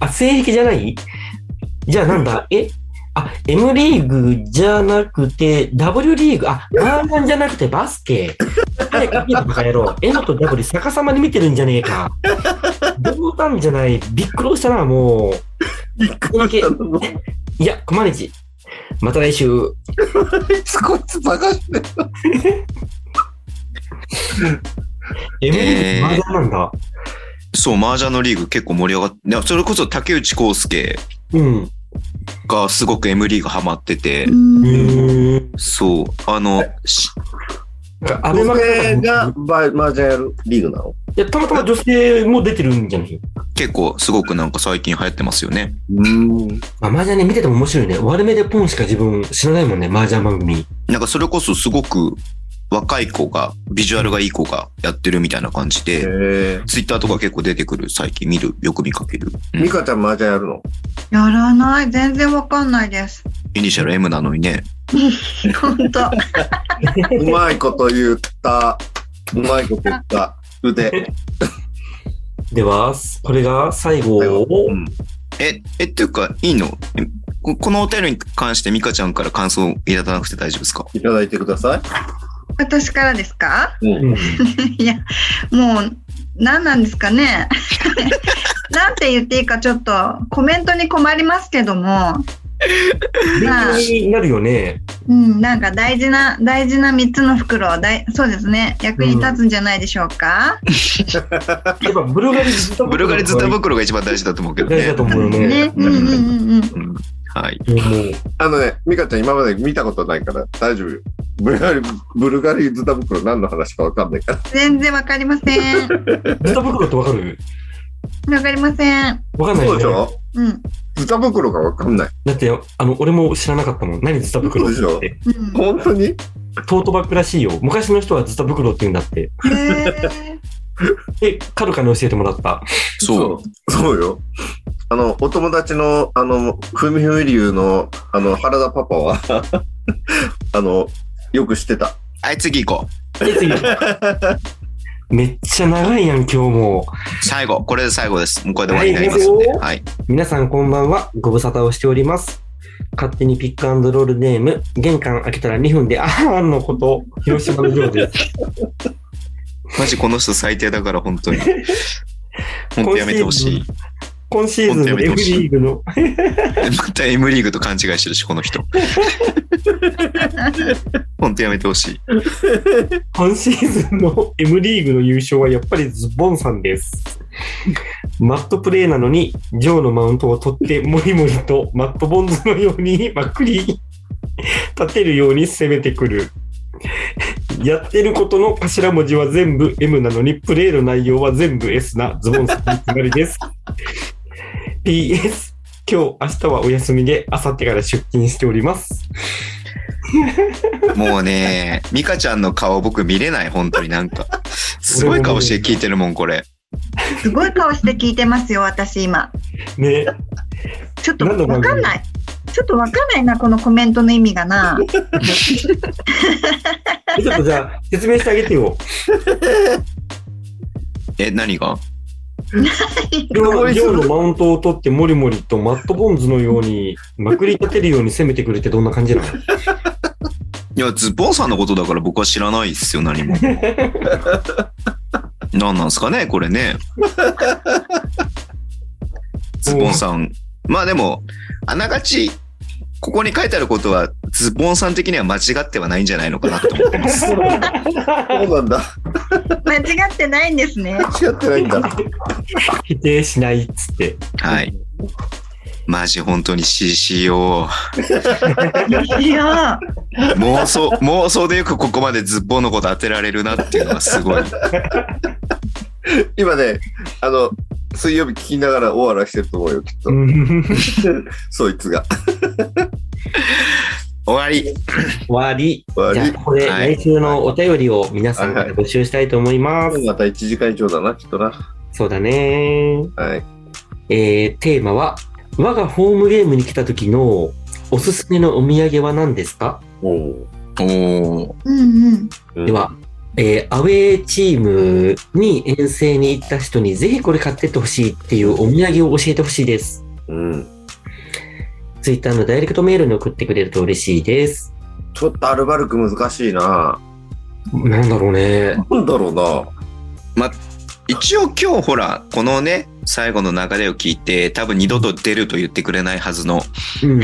Speaker 1: あ、性癖じゃないじゃあなんだえあ、M リーグじゃなくて、W リーグ、あ、マーガンじゃなくてバスケ。早く見ろ、バカ野郎。M と W 逆さまに見てるんじゃねえか。冗談じゃない。びっくりしたな、もう。
Speaker 2: びっくりしたのもう。
Speaker 1: いや、コマネチ。また来週。
Speaker 2: つこいつバカしてる。
Speaker 1: M リー
Speaker 3: え
Speaker 1: グ
Speaker 3: ー
Speaker 1: マーガンなんだ。
Speaker 3: そう、麻雀のリーグ結構盛り上がっていや、それこそ竹内康介
Speaker 1: うん。
Speaker 3: がすごく M リーグハマって
Speaker 1: へえ。
Speaker 3: て、そう、あの、し
Speaker 1: なんか、アベマ
Speaker 2: 僕
Speaker 1: い
Speaker 2: がバマージャンやるリーグなの
Speaker 1: や、たまたま女性も出てるんじゃない
Speaker 3: 結構すごくなんか最近流行ってますよね。
Speaker 2: うん。
Speaker 1: まあ、麻雀ね、見てても面白いね。悪めでポンしか自分知らないもんね、麻雀番組。
Speaker 3: なんかそれこそすごく若い子が、ビジュアルがいい子がやってるみたいな感じ
Speaker 2: へ
Speaker 3: で、
Speaker 2: え。
Speaker 3: ツイッターとか結構出てくる、最近見る、よく見かける。うん
Speaker 2: ミカちゃん麻雀やるの
Speaker 4: やらない。全然わかんないです。
Speaker 3: イニシャル M なのにね。
Speaker 4: 本当。
Speaker 2: うまいこと言った。うまいこと言った。腕。
Speaker 1: では、これが最後を
Speaker 2: う、ん
Speaker 3: え、え、っていうか、いいのえここのお便りに関してミカちゃんから感想いただかなくて大丈夫ですか
Speaker 2: いただいてくださ
Speaker 4: 私からですか
Speaker 2: い。うん。
Speaker 1: うん
Speaker 4: いや、もう、何なんですかね。 なんて言っていいかちょっとコメントに困りますけども、
Speaker 1: 勉強になるよね。
Speaker 4: うん、なんか大事な、大事な3つの袋をだい、そうですね、役に立つんじゃないでしょうか。
Speaker 1: やっぱブルガリズタ
Speaker 3: ブルガリズタ袋が一番大事だと思うけど
Speaker 1: 大事だ
Speaker 3: ね
Speaker 1: と。思うよね。
Speaker 4: ね、うんうんうんうん。
Speaker 3: うんはい。
Speaker 1: もう
Speaker 2: あのね、ミカちゃん今まで見たことないから大丈夫よ。ブルガリ、ブルガリズタ袋何の話かわかんないから。
Speaker 4: 全然わかりません。
Speaker 1: ズタ袋ってわかる
Speaker 4: わかりません。
Speaker 1: わかんない
Speaker 2: そ
Speaker 1: よ
Speaker 2: うでし
Speaker 1: ね。
Speaker 2: ょ
Speaker 4: うん、うん、
Speaker 2: ズタ袋がわかんない。
Speaker 1: だって、あの、俺も知らなかったもん。何ズタ袋
Speaker 2: そうでしょ
Speaker 1: って。
Speaker 2: 本当に
Speaker 1: トートバッグらしいよ。昔の人はズタ袋って言うんだって。
Speaker 4: へー
Speaker 1: で、カルカに教えてもらった。
Speaker 3: そう。
Speaker 2: そう。そうよ。あの、お友達の、あの、ふみふみ流の、あの、原田パパは、 あの、よく知ってた。
Speaker 3: はい、次行こ
Speaker 1: で、次。めっちゃ長いやん、今日も。
Speaker 3: う。最後。これで最後です。もうこれで終わりになりますんで。はい。
Speaker 1: 皆さんこんばんは。ご無沙汰をしております。勝手にピックアンドロールネーム、玄関開けたら2分で、あーんのこと、広島のジョーです。
Speaker 3: マジこの人最低だから、本 当に。本当やめてほしい。
Speaker 1: 今シーズンの F リーグの、
Speaker 3: また M リーグと勘違いしてるし、この 人。本当やめてほしい。
Speaker 1: 今シーズンの M リーグの優勝はやっぱりズボンさんです。マットプレーなのに、ジョーのマウントを取って、モリモリとマットボンズのように、まっくり立てるように攻めてくる。やってることの頭文字は全部 M なのに、プレーの内容は全部 S なズボンさんのつまりです。PS、今日、明日はお休みで、明後日から出勤しております。
Speaker 3: もうね、ミカちゃんの顔僕見れない、本当になんか。すごい顔して聞いてるもん、これ。
Speaker 4: すごい顔して聞いてますよ、私今。
Speaker 1: ね。
Speaker 4: ちょっと
Speaker 1: 何の番
Speaker 4: わ
Speaker 1: 組
Speaker 4: かんない。ちょっとわかんないな、このコメントの意味がな。
Speaker 1: ちょっとじゃあ、説明してあげてよ。
Speaker 3: え、何が
Speaker 1: 両両のマウントを取って、もりもりとマットボンズのように、まくり立てるように攻めてくるってどんな感じなの
Speaker 3: いや、ズボンさんのことだから僕は知らないっすよ、 何も。何なんすかね、これ ね。ズボンさん。まあでも、あながち、ここに書いてあることは、ズボンさん的には間違ってはないんじゃないのかな と思ってます。
Speaker 2: そうなんだ。
Speaker 4: 間違ってないんです ね。
Speaker 2: 違ってないんだ。
Speaker 1: 否定しないっつって。
Speaker 3: はい。マジ本当に CCO。
Speaker 4: いや
Speaker 3: 妄 想、妄想でよくここまでズボンのこと当てられるなっていうのはすごい。
Speaker 2: 今ね、あの、水曜日聞きながらオアラしてると思うよ、きっと
Speaker 1: う。ん終
Speaker 2: そいつが。
Speaker 3: 終わり。
Speaker 1: わり。じ
Speaker 2: 悪
Speaker 1: ゃあ、
Speaker 2: い。
Speaker 1: ここで
Speaker 3: はい
Speaker 1: 来週のお便りを皆さんから募集したいと思います。
Speaker 2: また1時間以上だな、きっとな。
Speaker 1: そうだね。
Speaker 2: はい。
Speaker 1: えー、テーマは、我がホームゲームに来た時のおすすめのお土産は何ですか、
Speaker 2: お
Speaker 3: おー。
Speaker 4: うんうん。
Speaker 2: うん
Speaker 1: では、えーアウェーチームに遠征に行った人にぜひこれ買ってってほしいっていうお土産を教えてほしいです。
Speaker 2: うん。
Speaker 1: ツイッターのダイレクトメールに送ってくれると嬉しいです。
Speaker 2: ちょっとアルバルク難しいな。
Speaker 1: なんだろうね。
Speaker 2: なんだろうな。
Speaker 3: 一応今日ほら、このね、最後の流れを聞いて、多分二度と出ると言ってくれないはずの
Speaker 1: うん。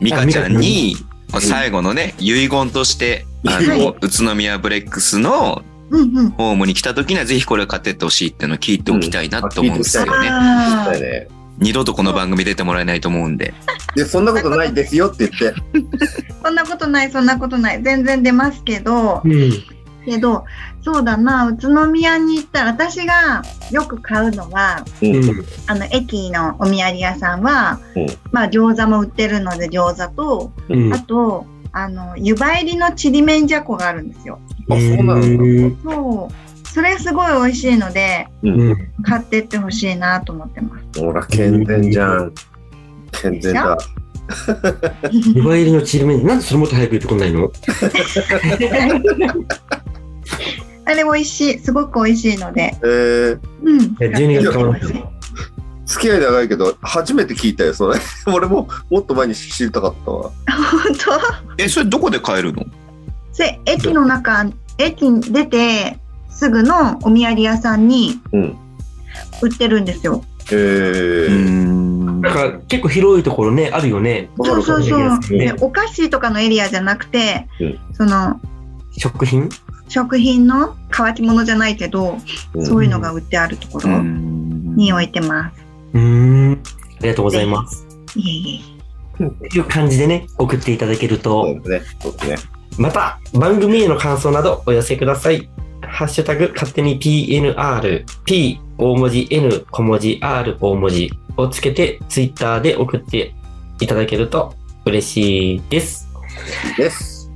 Speaker 3: ミカちゃんに、最後のね、遺言として、あ
Speaker 4: は
Speaker 3: の
Speaker 4: い、
Speaker 3: 宇都宮ブレックスの
Speaker 4: うんうん。
Speaker 3: ホームに来た時にはぜひこれを買ってってほしいっていうのを聞いておきたいなと思うんですよね。
Speaker 4: あ
Speaker 2: だ
Speaker 4: ー
Speaker 2: よね。
Speaker 3: 二度とこの番組出てもらえないと思うんで。
Speaker 2: で、そんなことないですよって言って。
Speaker 4: そんなことない、そんなことない。全然出ますけど
Speaker 1: う、ん。
Speaker 4: けど、そうだな、宇都宮に行ったら、私がよく買うのは、
Speaker 1: うん。
Speaker 4: あの、駅のお土産屋さんは
Speaker 2: うん、
Speaker 4: まあ、餃子も売ってるので、餃子と、
Speaker 1: うん
Speaker 4: あ。と、あの、湯葉入りのちりめんじゃこがあるんですよ。
Speaker 2: あそうなんだ
Speaker 1: ん
Speaker 4: そう。それすごい美味しいので、
Speaker 1: うん。
Speaker 4: 買ってってほしいなと思って ます。
Speaker 2: ほら、健全じゃん。健全だ。
Speaker 1: 湯葉入りのちりめん、なんでそれもっと早く言ってこないの
Speaker 4: あれ美味しい。すごく美味しいので。
Speaker 2: えー、
Speaker 4: うん。
Speaker 1: え12月買わな
Speaker 4: 買って
Speaker 1: く
Speaker 4: っててほしい
Speaker 2: 付き合い長いけど、初めて聞いたよ、それ。 俺ももっと前に知りたかったわ。
Speaker 4: 本
Speaker 3: え、それどこで買えるの
Speaker 4: 当それ、駅の中、駅に出て、すぐのお土産屋さんに
Speaker 2: うん。
Speaker 4: 売ってるんですよ。
Speaker 2: え
Speaker 3: う
Speaker 2: ー、
Speaker 3: ん
Speaker 1: なんか結構広いところね、あるよね。
Speaker 2: わか
Speaker 4: そう
Speaker 2: る
Speaker 4: そうそう。
Speaker 1: ね
Speaker 4: でお菓子とかのエリアじゃなくて、
Speaker 2: うん
Speaker 4: その、
Speaker 1: 食品
Speaker 4: 食品の乾き物じゃないけど、
Speaker 2: うん
Speaker 4: そういうのが売ってあるとこ
Speaker 3: う
Speaker 4: ろ
Speaker 3: ん
Speaker 4: に置いてま
Speaker 1: うーん。ありがとうございます。
Speaker 4: す。いえいえ。
Speaker 1: っていう感じでね、送っていただける
Speaker 2: そう
Speaker 1: と、
Speaker 2: だね。そうだね。
Speaker 1: また番組への感想などお寄せください。ハッシュタグ勝手に PNR、P 大文字 N 小文字 R 大文字をつけてツイッターで送っていただけると嬉しいです。
Speaker 2: です。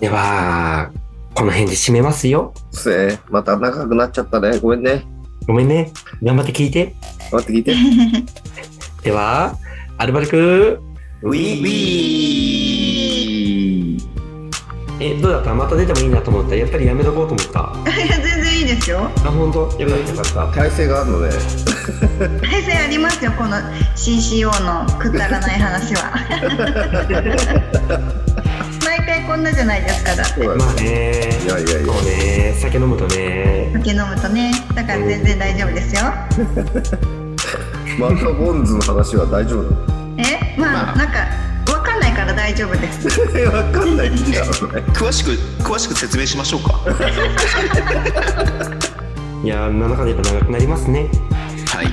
Speaker 1: では、この辺で締めますよ。
Speaker 2: せー、また長くなっちゃったね。ごめんね。
Speaker 1: ごめんね。頑張って聞いて。
Speaker 2: 待って聞いて。
Speaker 1: では、アルバルク、
Speaker 2: ウィーウ
Speaker 3: ィー
Speaker 1: え、どうだったまた出てもいいなと思った。やっぱりやめとこうと思った。あ、
Speaker 4: いや 全然いいですよ。
Speaker 1: 本当。よかったよか った。
Speaker 2: 体勢があるのね。
Speaker 4: 対戦ありますよ、この CCO のくだらない話は。 毎回こんなじゃないですか、だって。
Speaker 2: そうだね
Speaker 1: まあね
Speaker 2: いやいやいや。
Speaker 1: そうね酒飲むとね
Speaker 4: 酒飲むとね、だから全然大丈夫ですよ。
Speaker 2: マカボンズの話は大丈夫だ。
Speaker 4: え、ま
Speaker 3: ま
Speaker 4: あ、
Speaker 3: あ
Speaker 4: なんか、わかんないから大丈夫です。
Speaker 2: わかんないんだよ、それ。
Speaker 3: 詳しく詳しく説明しましょうか
Speaker 1: いやーなんだかでやっぱ長くなりますね
Speaker 3: はい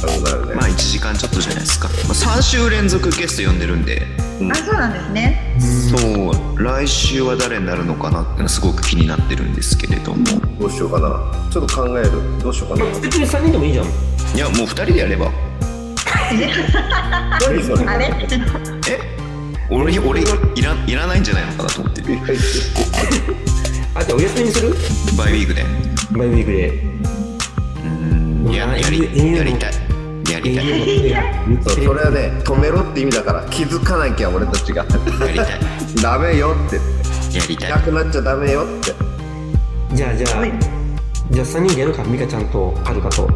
Speaker 2: そうだよね
Speaker 3: ま。あ1時間ちょっとじゃないですか、まあ、3週連続ゲスト呼んでるんで
Speaker 4: あ、そうなんですね。
Speaker 3: そう来週は誰になるのかなっていうのはすごく気になってるんですけれども
Speaker 2: どうしようかな。ちょっと考える。どうしようかな。
Speaker 1: 別に3人でもいいじゃん
Speaker 3: いやもう2人でやれば
Speaker 2: 何それ。
Speaker 4: あれ
Speaker 3: え俺俺いらいらないんじゃないのかなと思ってる
Speaker 1: あじゃあお休みにする
Speaker 3: バイウィークで
Speaker 1: バイウィークで
Speaker 3: うんややりやりたいやりたいや
Speaker 2: そうそれはね止めろって意味だから気づかなきゃ俺たちが
Speaker 3: りたい
Speaker 2: ダメよって
Speaker 3: やりたい
Speaker 2: なくなっちゃダメよって
Speaker 1: じゃあじゃあ、
Speaker 4: はい
Speaker 1: じゃあ3人でやるかミカちゃんとカルカと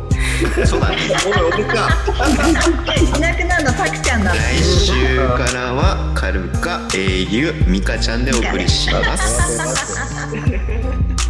Speaker 3: そうだね
Speaker 2: おい俺か
Speaker 4: いなくなるの、たくちゃんだ。
Speaker 3: 来週からはカルカ英雄ミカちゃんでお送りします
Speaker 2: 待って待って